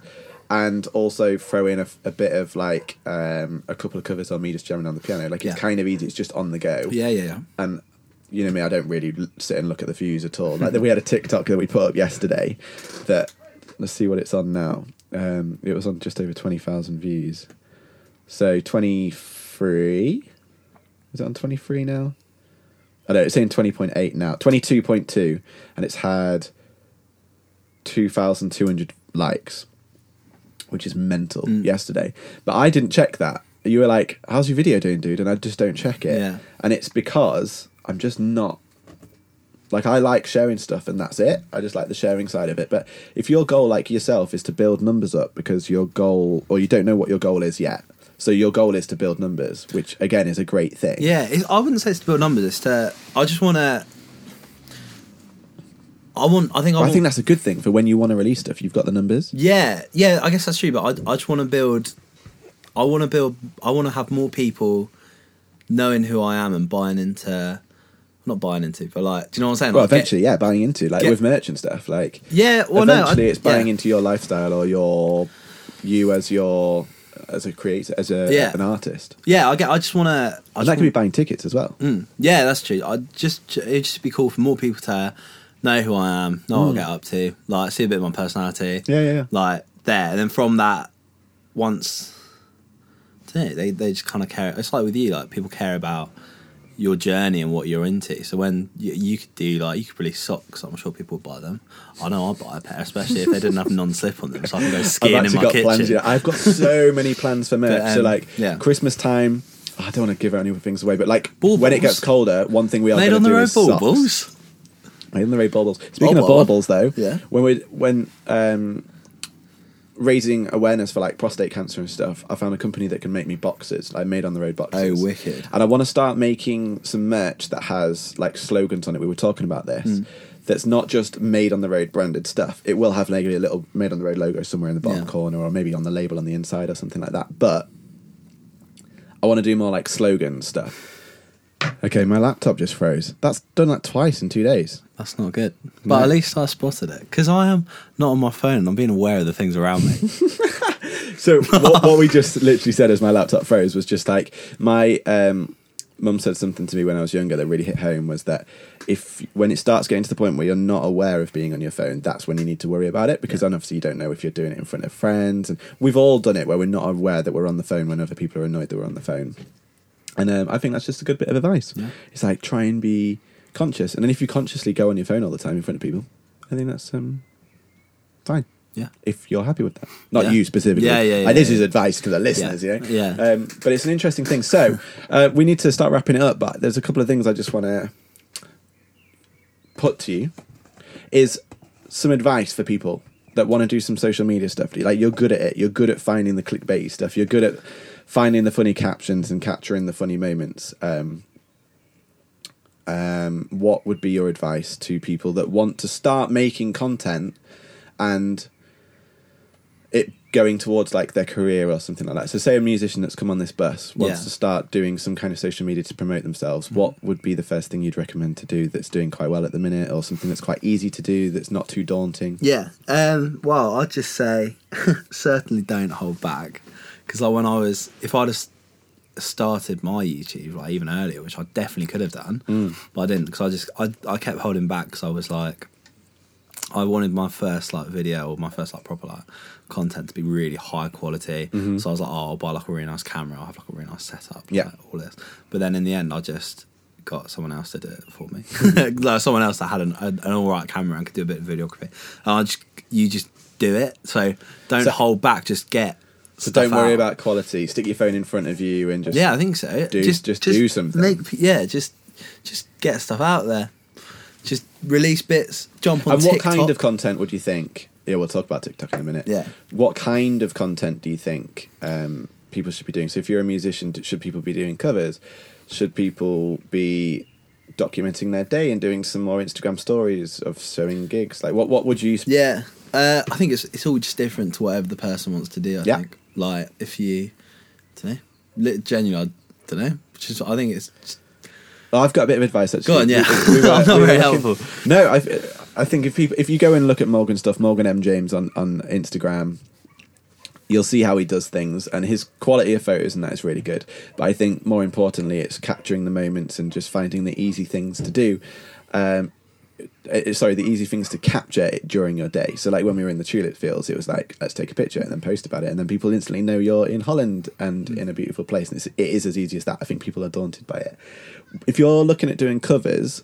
Speaker 2: And also throw in a, a bit of like um, a couple of covers on me just jamming on the piano. Like it's
Speaker 1: Yeah.
Speaker 2: kind of easy. It's just on the go
Speaker 1: Yeah, yeah, yeah.
Speaker 2: and you know me, I don't really l- sit and look at the views at all. Like we had a TikTok that we put up yesterday that let's see what it's on now. Um, it was on just over twenty thousand views. So twenty three, is it on twenty three now? I know it's saying twenty point eight now, twenty two point two, and it's had two thousand two hundred likes, which is mental. Yesterday, but I didn't check that. You were like, "How's your video doing, dude?" And I just don't check it
Speaker 1: Yeah.
Speaker 2: and it's because I'm just not like I like sharing stuff and that's it. I just like the sharing side of it. But if your goal, like yourself, is to build numbers up because your goal, or you don't know what your goal is yet, so your goal is to build numbers, which again is a great thing.
Speaker 1: Yeah, it, I wouldn't say it's to build numbers. It's to I just want to. I want. I think. I,
Speaker 2: But I
Speaker 1: want,
Speaker 2: think that's a good thing for when you want to release stuff. You've got the numbers.
Speaker 1: Yeah, yeah. I guess that's true. But I, I just want to build. I want to build. I want to have more people knowing who I am and buying into. Not buying into, but like, do you know what I'm saying?
Speaker 2: Well,
Speaker 1: Like, get-
Speaker 2: eventually, yeah, buying into like
Speaker 1: get-
Speaker 2: with merch and stuff. Like,
Speaker 1: Yeah, well, no, I-
Speaker 2: eventually it's buying
Speaker 1: yeah.
Speaker 2: into your lifestyle or your you as your as a creator as a
Speaker 1: Yeah.
Speaker 2: an artist.
Speaker 1: yeah, I get. I just want to. I
Speaker 2: And
Speaker 1: just
Speaker 2: that could be buying tickets as well.
Speaker 1: Mm. Yeah, that's true. I just it'd just be cool for more people to know who I am, know
Speaker 2: Hmm.
Speaker 1: what I get up to, like see a bit of my personality.
Speaker 2: Yeah, yeah, yeah.
Speaker 1: Like there, and then from that, once, I don't know, they they just kind of care. It's like with you, like people care about your journey and what you're into. So when you, you could do like you could release socks, I'm sure people would buy them. I know I'd buy a pair, especially if they didn't have non-slip on them, so I
Speaker 2: <laughs>
Speaker 1: can go skiing in my kitchen.
Speaker 2: plans. You know, I've
Speaker 1: <laughs>
Speaker 2: got so many plans for merch.
Speaker 1: But,
Speaker 2: so
Speaker 1: um,
Speaker 2: like
Speaker 1: yeah.
Speaker 2: Christmas time. I don't want to give any other things away, but like
Speaker 1: Baubles.
Speaker 2: when it gets colder, one thing we are
Speaker 1: Made
Speaker 2: going
Speaker 1: on
Speaker 2: to
Speaker 1: the
Speaker 2: do
Speaker 1: road
Speaker 2: is
Speaker 1: baubles.
Speaker 2: socks. Made on the road baubles. Speaking of
Speaker 1: Bauble.
Speaker 2: baubles, though,
Speaker 1: Oh, Yeah.
Speaker 2: when we when um, raising awareness for like prostate cancer and stuff, I found a company that can make me boxes, like made on the road boxes.
Speaker 1: Oh, wicked.
Speaker 2: And I want to start making some merch that has like slogans on it. We were talking about this.
Speaker 1: Hmm.
Speaker 2: That's not just made on the road branded stuff. It will have maybe a little made on the road logo somewhere in the bottom
Speaker 1: Yeah.
Speaker 2: corner, or maybe on the label on the inside, or something like that. But I want to do more like slogan stuff. Okay, my laptop just froze. That's done that twice in two days.
Speaker 1: That's not good. But at least I spotted it because I am not on my phone. I'm being aware of the things around me. <laughs>
Speaker 2: So what, what we just literally said as my laptop froze was just like my um, mum said something to me when I was younger that really hit home was that if when it starts getting to the point where you're not aware of being on your phone, that's when you need to worry about it because then obviously you don't know if you're doing it in front of friends and we've all done it where we're not aware that we're on the phone when other people are annoyed that we're on the phone. And um, I think that's just a good bit of advice.
Speaker 1: Yeah.
Speaker 2: It's like try and be conscious, and then if you consciously go on your phone all the time in front of people, I think that's um, fine
Speaker 1: yeah.
Speaker 2: if you're happy with that. Not
Speaker 1: Yeah.
Speaker 2: you specifically.
Speaker 1: Yeah, yeah, yeah,
Speaker 2: And this
Speaker 1: yeah.
Speaker 2: is advice to the listeners,
Speaker 1: Yeah.
Speaker 2: you know?
Speaker 1: Yeah.
Speaker 2: Um, but it's an interesting thing. So uh, we need to start wrapping it up, but there's a couple of things I just want to put to you is some advice for people that want to do some social media stuff. Like you're good at it. You're good at finding the clickbaity stuff. You're good at finding the funny captions and capturing the funny moments. Um, um, what would be your advice to people that want to start making content and it going towards like their career or something like that? So, say a musician that's come on this bus wants
Speaker 1: Yeah. Mm-hmm.
Speaker 2: to start doing some kind of social media to promote themselves. What would be the first thing you'd recommend to do that's doing quite well at the minute, or something that's quite easy to do that's not too daunting?
Speaker 1: Yeah. Um, well, I'd just say <laughs> certainly don't hold back because like when I was, if I'd have s- started my YouTube like even earlier, which I definitely could have done,
Speaker 2: Mm.
Speaker 1: but I didn't because I just I I kept holding back because I was like. I wanted my first like video or my first like proper like content to be really high quality. So I was like, oh, I'll buy like a really nice camera. I'll have like a really nice setup.
Speaker 2: Mm-hmm. Yeah.
Speaker 1: like, all this. But then in the end, I just got someone else to do it for me. <laughs>
Speaker 2: Mm-hmm.
Speaker 1: like someone else that had an, an, an all right camera and could do a bit of videography. And I just you just do it. So don't
Speaker 2: So-
Speaker 1: hold back. Just get.
Speaker 2: So don't worry
Speaker 1: out.
Speaker 2: about quality. Stick your phone in front of you and just
Speaker 1: Yeah, I think so.
Speaker 2: Do- just do something.
Speaker 1: Make, yeah, just just get stuff out there. Just release bits. Jump on
Speaker 2: And what
Speaker 1: TikTok.
Speaker 2: kind of content would you think? Yeah, we'll talk about TikTok in a minute.
Speaker 1: Yeah.
Speaker 2: What kind of content do you think um, people should be doing? So, if you're a musician, d- should people be doing covers? Should people be documenting their day and doing some more Instagram stories of showing gigs? Like, what what would you? Sp-
Speaker 1: Yeah, uh, I think it's it's all just different to whatever the person wants to do. I
Speaker 2: Yeah.
Speaker 1: think like if you, don't know, li- genuinely, I don't know. Just I think it's just-
Speaker 2: Oh, I've got a bit of advice actually.
Speaker 1: Go on, yeah. <laughs> I'm not very helpful.
Speaker 2: No, I I think if people if you go and look at Morgan stuff, Morgan M James on on Instagram, you'll see how he does things and his quality of photos and that is really good but i think more importantly it's capturing the moments and just finding the easy things to do um eh, sorry the easy things to capture it during your day so like when we were in the tulip fields it was like let's take a picture and then post about it and then people instantly know you're in holland and in a beautiful place and it's, it is as easy as that i think people are daunted by it if you're looking at doing covers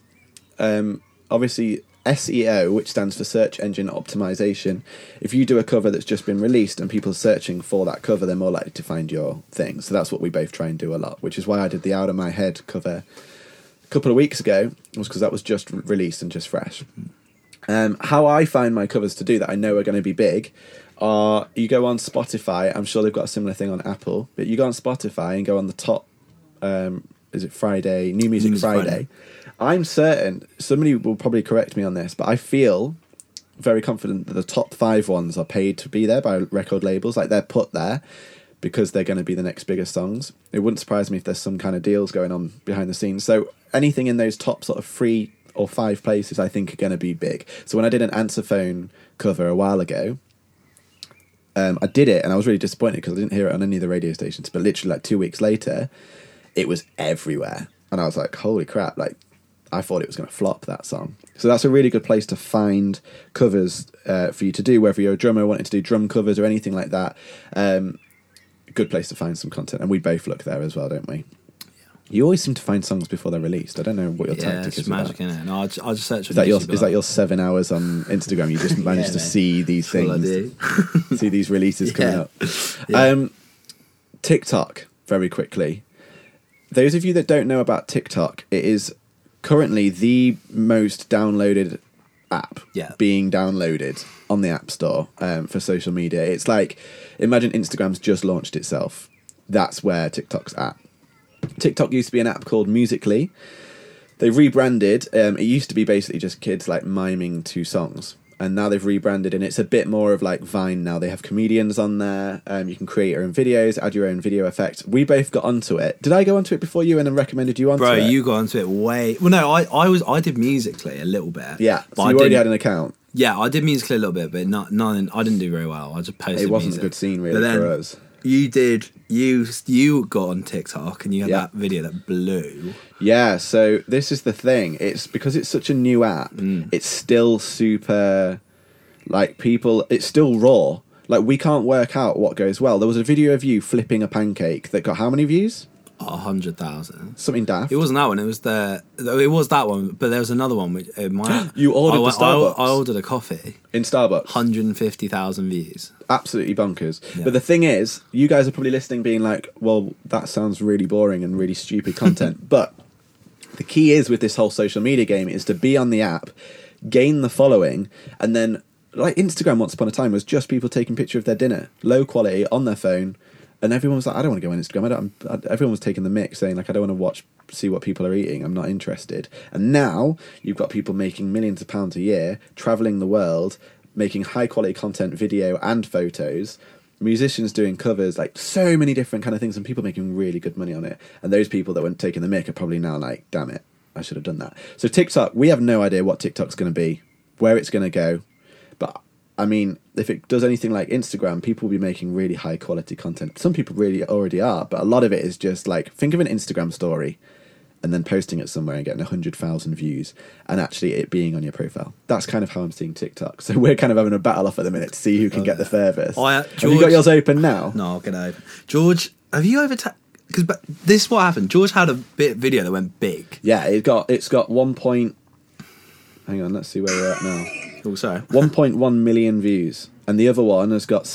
Speaker 2: um, obviously SEO, which stands for search engine optimization. If you do a cover that's just been released and people are searching for that cover, they're more likely to find your thing. So that's what we both try and do a lot, which is why I did the Out of My Head cover a couple of weeks ago, was because that was just re- released and just fresh. Um, how I find my covers to do that I know are going to be big are you go on Spotify. I'm sure they've got a similar thing on Apple, but you go on Spotify and go on the top. Um, is it Friday? New Music,
Speaker 1: Music
Speaker 2: Friday.
Speaker 1: Friday.
Speaker 2: I'm certain somebody will probably correct me on this, but I feel very confident that the top five ones are paid to be there by record labels. Like they're put there because they're going to be the next biggest songs. It wouldn't surprise me if there's some kind of deals going on behind the scenes. So anything in those top sort of three or five places, I think, are going to be big. So when I did an answer phone cover a while ago, um, I did it and I was really disappointed because I didn't hear it on any of the radio stations. But literally, like two weeks later, it was everywhere. And I was like, holy crap, like, I thought it was going to flop that song. So that's a really good place to find covers uh, for you to do, whether you're a drummer wanting to do drum covers or anything like that. Um, good place to find some content. And we both look there as well, don't we? You always seem to find songs before they're released. I don't know what your
Speaker 1: yeah,
Speaker 2: tactic
Speaker 1: it's
Speaker 2: is. with
Speaker 1: magic,
Speaker 2: that.
Speaker 1: innit? And I just, I just search.
Speaker 2: Is that your is that your seven hours on Instagram? You
Speaker 1: <laughs>
Speaker 2: just managed to
Speaker 1: mate.
Speaker 2: see these things <laughs> see these releases coming
Speaker 1: Yeah.
Speaker 2: up.
Speaker 1: Yeah.
Speaker 2: Um, TikTok, very quickly. Those of you that don't know about TikTok, it is currently the most downloaded app
Speaker 1: Yeah.
Speaker 2: being downloaded on the App Store um, for social media. It's like, imagine Instagram's just launched itself. That's where TikTok's at. TikTok used to be an app called Musically. They rebranded. Um, it used to be basically just kids like miming to songs, and now they've rebranded, and it's a bit more of like Vine now. They have comedians on there. Um, you can create your own videos, add your own video effects. We both got onto it. Did I go onto it before you and then recommended you onto
Speaker 1: Bro,
Speaker 2: it?
Speaker 1: you got into it way. Well, no, I, I was I did musically a little bit.
Speaker 2: yeah.
Speaker 1: but
Speaker 2: So
Speaker 1: I
Speaker 2: you already
Speaker 1: didn't-
Speaker 2: had an account.
Speaker 1: Yeah, I did musically a little bit, but not none. I didn't do very well. I just posted.
Speaker 2: It wasn't a
Speaker 1: music.
Speaker 2: good scene
Speaker 1: But
Speaker 2: really
Speaker 1: then
Speaker 2: for us.
Speaker 1: You did. You you got on TikTok and you had
Speaker 2: Yeah.
Speaker 1: that video that blew.
Speaker 2: Yeah, so this is the thing. It's because it's such a new app.
Speaker 1: Hmm.
Speaker 2: It's still super like people it's still raw. Like we can't work out what goes well. There was a video of you flipping a pancake that got how many views?
Speaker 1: a hundred thousand.
Speaker 2: Something daft.
Speaker 1: It wasn't that one. It was the. It was that one, but there was another one which uh, my.
Speaker 2: <gasps> You ordered
Speaker 1: I,
Speaker 2: the
Speaker 1: went- I,
Speaker 2: Starbucks.
Speaker 1: I ordered a coffee.
Speaker 2: in Starbucks.
Speaker 1: Hundred and fifty thousand views.
Speaker 2: absolutely bonkers.
Speaker 1: Yeah.
Speaker 2: But the thing is, you guys are probably listening, being like, "Well, that sounds really boring and really stupid
Speaker 1: <laughs>
Speaker 2: content." but the key is with this whole social media game is to be on the app, gain the following, and then like Instagram once upon a time was just people taking picture of their dinner, low quality on their phone. and everyone was like, I don't want to go on Instagram. I don't. I'm, I, everyone was taking the mic, saying like, I don't want to watch, see what people are eating. I'm not interested. And now you've got people making millions of pounds a year, traveling the world, making high quality content, video and photos. Musicians doing covers, like so many different kind of things, and people making really good money on it. And those people that weren't taking the mic are probably now like, damn it, I should have done that. So TikTok, we have no idea what TikTok's going to be, where it's going to go, but I mean, if it does anything like Instagram, people will be making really high quality content. Some people really already are, but a lot of it is just like think of an Instagram story and then posting it somewhere and getting 100,000 views and actually it being on your profile. That's kind of how I'm seeing TikTok. <laughs> So we're kind of having a battle off at the minute to see who can get the furthest.
Speaker 1: I-
Speaker 2: Have you got
Speaker 1: Oh, George-
Speaker 2: yours open now?
Speaker 1: No, I'll get over. George, have you ever? Because but this is what happened. George had a bit video that went big.
Speaker 2: Yeah, it got it's got 1. Point, hang on, let's see where we're at now.
Speaker 1: Oh, sorry.
Speaker 2: 1.1 million views, and the other one has got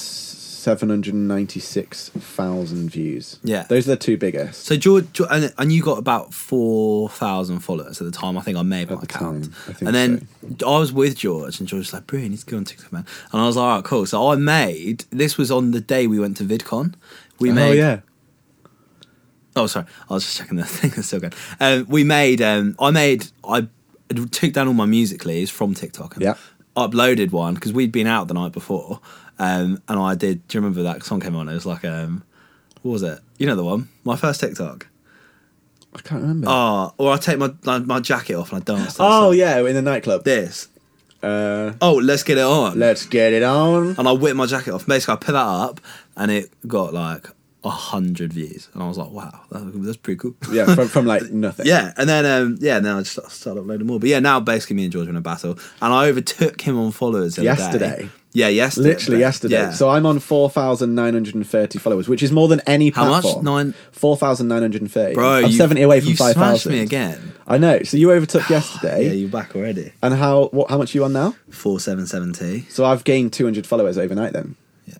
Speaker 2: 796,000 views.
Speaker 1: Yeah.
Speaker 2: Those are the two biggest.
Speaker 1: So George, George- and, and you got about four thousand followers at the time. I think I may have
Speaker 2: At
Speaker 1: not
Speaker 2: the
Speaker 1: count.
Speaker 2: time, I think
Speaker 1: and then I was with George, and George was like, "Bro, you need to go on TikTok, man." And I was like, "All right, cool." So I made this was on the day we went to VidCon. We
Speaker 2: oh,
Speaker 1: made
Speaker 2: yeah.
Speaker 1: Oh, sorry. I was just checking the <laughs> thing that's still going. Um, we made, um, I made, I took down all my musicallys from TikTok and
Speaker 2: Yeah.
Speaker 1: uploaded one because we'd been out the night before. Um, and I did, do you remember that song came on? It was like, um, what was it? You know the one? My first TikTok.
Speaker 2: I can't remember. Oh,
Speaker 1: Oh, or I take my like, my jacket off and I dance. to that song.
Speaker 2: yeah, in the nightclub.
Speaker 1: This.
Speaker 2: Uh,
Speaker 1: Oh, let's get it on.
Speaker 2: let's get it on.
Speaker 1: and I whipped my jacket off. Basically, I put that up and it got like a hundred views. And I was like, wow, that, that's pretty cool.
Speaker 2: Yeah, from, from like <laughs>
Speaker 1: <laughs>
Speaker 2: nothing.
Speaker 1: Yeah, and then um, yeah, and then I just started started uploading more. But yeah, now basically me and George are in a battle, and I overtook him on followers the other day.
Speaker 2: Yesterday?
Speaker 1: Yeah, yesterday.
Speaker 2: Literally yesterday.
Speaker 1: Yeah.
Speaker 2: So I'm on 4,930 followers, which is more than any
Speaker 1: How much?
Speaker 2: platform.
Speaker 1: Nine-
Speaker 2: 4,930.
Speaker 1: Bro,
Speaker 2: I'm
Speaker 1: you-
Speaker 2: 70 away from
Speaker 1: you smashed
Speaker 2: 5,000.
Speaker 1: me again.
Speaker 2: I know. So you overtook
Speaker 1: yeah,
Speaker 2: yesterday.
Speaker 1: you're back already.
Speaker 2: And how what, how much are you on now?
Speaker 1: Four seven seventy.
Speaker 2: So I've gained 200 followers overnight then.
Speaker 1: Yeah,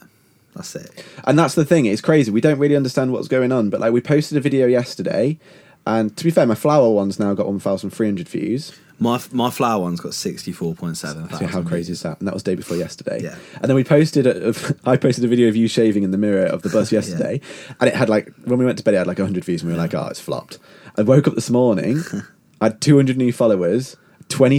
Speaker 1: that's it.
Speaker 2: And that's the thing, it's crazy. We don't really understand what's going on, but like we posted a video yesterday, and to be fair, my flower one's now got 1,300 views.
Speaker 1: My my flower one's got sixty four point seven.
Speaker 2: So how crazy is that? And that was day before yesterday.
Speaker 1: Yeah.
Speaker 2: And then we posted, a, of- <laughs> I posted a video of you shaving in the mirror of the bus yesterday, and it had like when we went to bed, it had like 100 views, and we were like, oh, it's flopped. I woke up this morning, I had 200 new followers,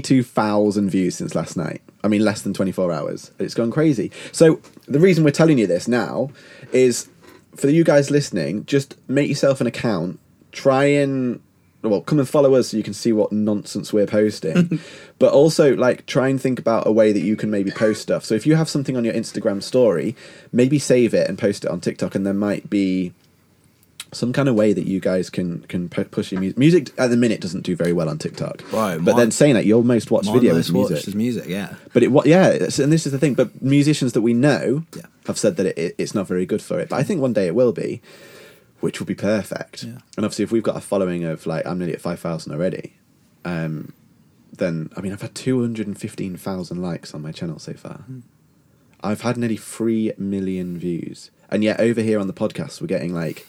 Speaker 2: 22,000 views since last night. I mean, less than 24 hours. It's gone crazy. So the reason we're telling you this now is for you guys listening, just make yourself an account. Try and well, come and follow us so you can see what nonsense we're
Speaker 1: <laughs>
Speaker 2: posting. but also, like, try and think about a way that you can maybe post stuff. So if you have something on your Instagram story, maybe save it and post it on TikTok, and there might be some kind of way that you guys can can pu- push your music. Music at the minute doesn't do very well on TikTok,
Speaker 1: Right,
Speaker 2: But
Speaker 1: mine-
Speaker 2: then saying that your most watched
Speaker 1: My
Speaker 2: video
Speaker 1: most
Speaker 2: is music.
Speaker 1: watched is music. Yeah. <laughs>
Speaker 2: But it, wa- yeah, it's- and this is the thing. But musicians that we know
Speaker 1: Yeah.
Speaker 2: have said that it, it, it's not very good for it. But I think one day it will be, which will be perfect.
Speaker 1: Yeah.
Speaker 2: And obviously, if we've got a following of like I'm nearly at five thousand already, um, then I mean I've had two hundred and fifteen thousand likes on my channel so far.
Speaker 1: Hmm.
Speaker 2: I've had nearly three million views, and yet over here on the podcast we're getting like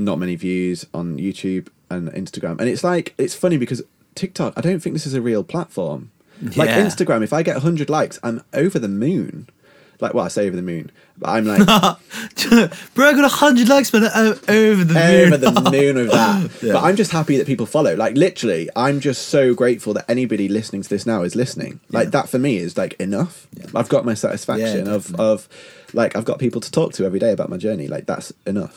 Speaker 2: not many views on YouTube and Instagram. And it's like it's funny because TikTok, I don't think this is a real platform. Like
Speaker 1: Yeah.
Speaker 2: Instagram, if I get 100 likes, I'm over the moon. Like well, I say over the moon, but I'm
Speaker 1: <laughs>
Speaker 2: like
Speaker 1: Bro, I got hundred likes, but uh, over the moon.
Speaker 2: over the moon with that.
Speaker 1: <laughs> Yeah.
Speaker 2: But I'm just happy that people follow. Like literally, I'm just so grateful that anybody listening to this now is listening. Like
Speaker 1: Yeah.
Speaker 2: that for me is like enough.
Speaker 1: Yeah.
Speaker 2: I've got my satisfaction
Speaker 1: Yeah,
Speaker 2: of of like I've got people to talk to every day about my journey. Like that's enough.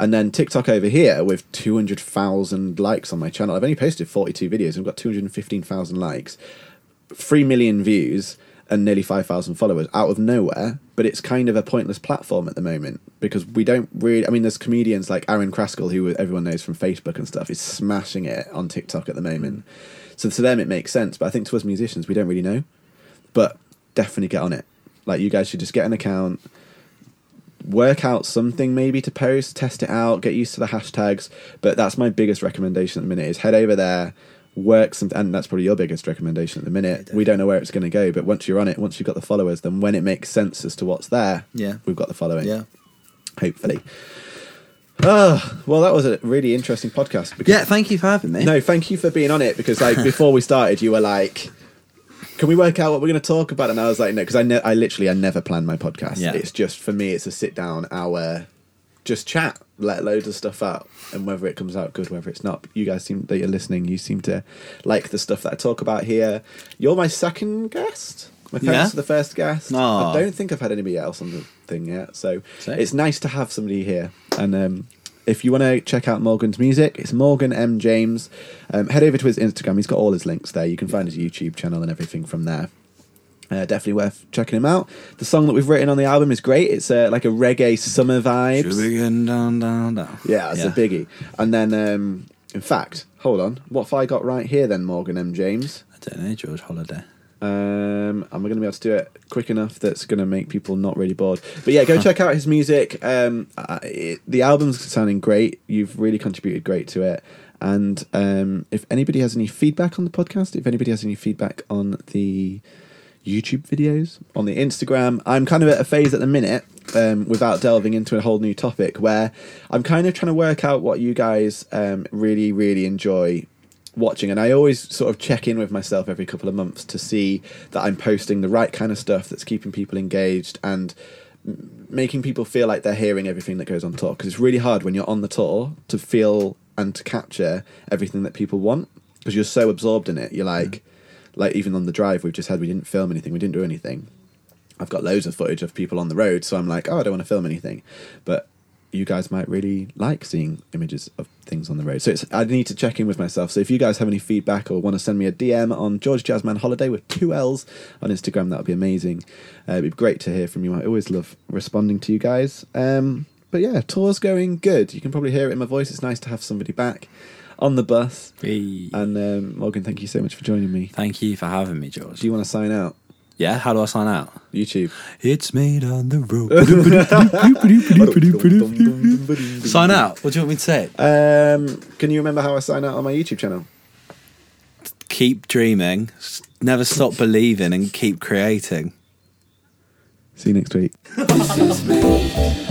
Speaker 2: And then TikTok over here with 200,000 likes on my channel. I've only posted 42 videos. I've got 215,000 likes, 3 million views, and nearly 5,000 followers out of nowhere. But it's kind of a pointless platform at the moment because we don't really. I mean, there's comedians like Aaron Kraskell, who everyone knows from Facebook and stuff, is smashing it on TikTok at the moment. So to them, it makes sense. But I think to us musicians, we don't really know but definitely get on it. Like you guys should just get an account, work out something maybe to post, test it out, get used to the hashtags. But that's my biggest recommendation at the minute is head over there, work some, and that's probably your biggest recommendation at the minute. We don't know where it's going to go, but once you're on it, once you've got the followers, then when it makes sense as to what's there,
Speaker 1: Yeah.
Speaker 2: we've got the following.
Speaker 1: Yeah.
Speaker 2: hopefully. Ah, well, that was a really interesting podcast. Because
Speaker 1: Yeah. Thank you for having me.
Speaker 2: no, thank you for being on it because like before we started, you were like, "Can we work out what we're going to talk about?" And I was like, "No," because I ne- I literally I never plan my podcast.
Speaker 1: Yeah.
Speaker 2: It's just for me, it's a sit down hour just chat, let loads of stuff out, and whether it comes out good, whether it's not. You guys seem that you're listening. You seem to like the stuff that I talk about here. You're my second guest. My
Speaker 1: Yeah?
Speaker 2: parents are the first guest.
Speaker 1: Aw.
Speaker 2: I don't think I've had anybody else on the thing yet, so
Speaker 1: Sick.
Speaker 2: it's nice to have somebody here. And um, if you want to check out Morgan's music, it's Morgan M James. Um, head over to his Instagram. He's got all his links there. You can find his YouTube channel and everything from there. Uh, definitely worth checking him out. The song that we've written on the album is great. It's uh, like a reggae summer vibes.
Speaker 1: Dun, dun, dun, dun.
Speaker 2: Yeah, it's a biggie. And then, um, in fact, hold on. What have I got right here then, Morgan M. James?
Speaker 1: I don't know, George Holiday.
Speaker 2: Um, am I going to be able to do it quick enough that's going to make people not really bored? But yeah, go check out his music. Um, I, it, the album's sounding great. You've really contributed great to it. And um, if anybody has any feedback on the podcast, if anybody has any feedback on the YouTube videos, on the Instagram, I'm kind of at a phase at the minute, um, without delving into a whole new topic, where I'm kind of trying to work out what you guys um, really, really enjoy watching and i always sort of check in with myself every couple of months to see that i'm posting the right kind of stuff that's keeping people engaged and m- making people feel like they're hearing everything that goes on tour because it's really hard when you're on the tour to feel and to capture everything that people want because you're so absorbed in it you're like like even on the drive we've just had we didn't film anything we didn't do anything I've got loads of footage of people on the road, so I'm like, oh, I don't want to film anything. But you guys might really like seeing images of things on the road. So it's, I need to check in with myself. So if you guys have any feedback or want to send me a DM on George Jasmine Holiday with two L's on Instagram, that would be amazing. Uh, it'd be great to hear from you. I always love responding to you guys. Um, but yeah, tour's going good. You can probably hear it in my voice. It's nice to have somebody back on the bus. And um, Morgan, thank you so much for joining me.
Speaker 1: Thank you for having me, George.
Speaker 2: Do you want to sign out?
Speaker 1: yeah, how do I sign out?
Speaker 2: YouTube.
Speaker 1: It's made on the road. sign out. What do you want me to say?
Speaker 2: Um, can you remember how I sign out on my YouTube channel?
Speaker 1: Keep dreaming, s- never stop believing, and keep creating.
Speaker 2: See you next week.
Speaker 3: This is me.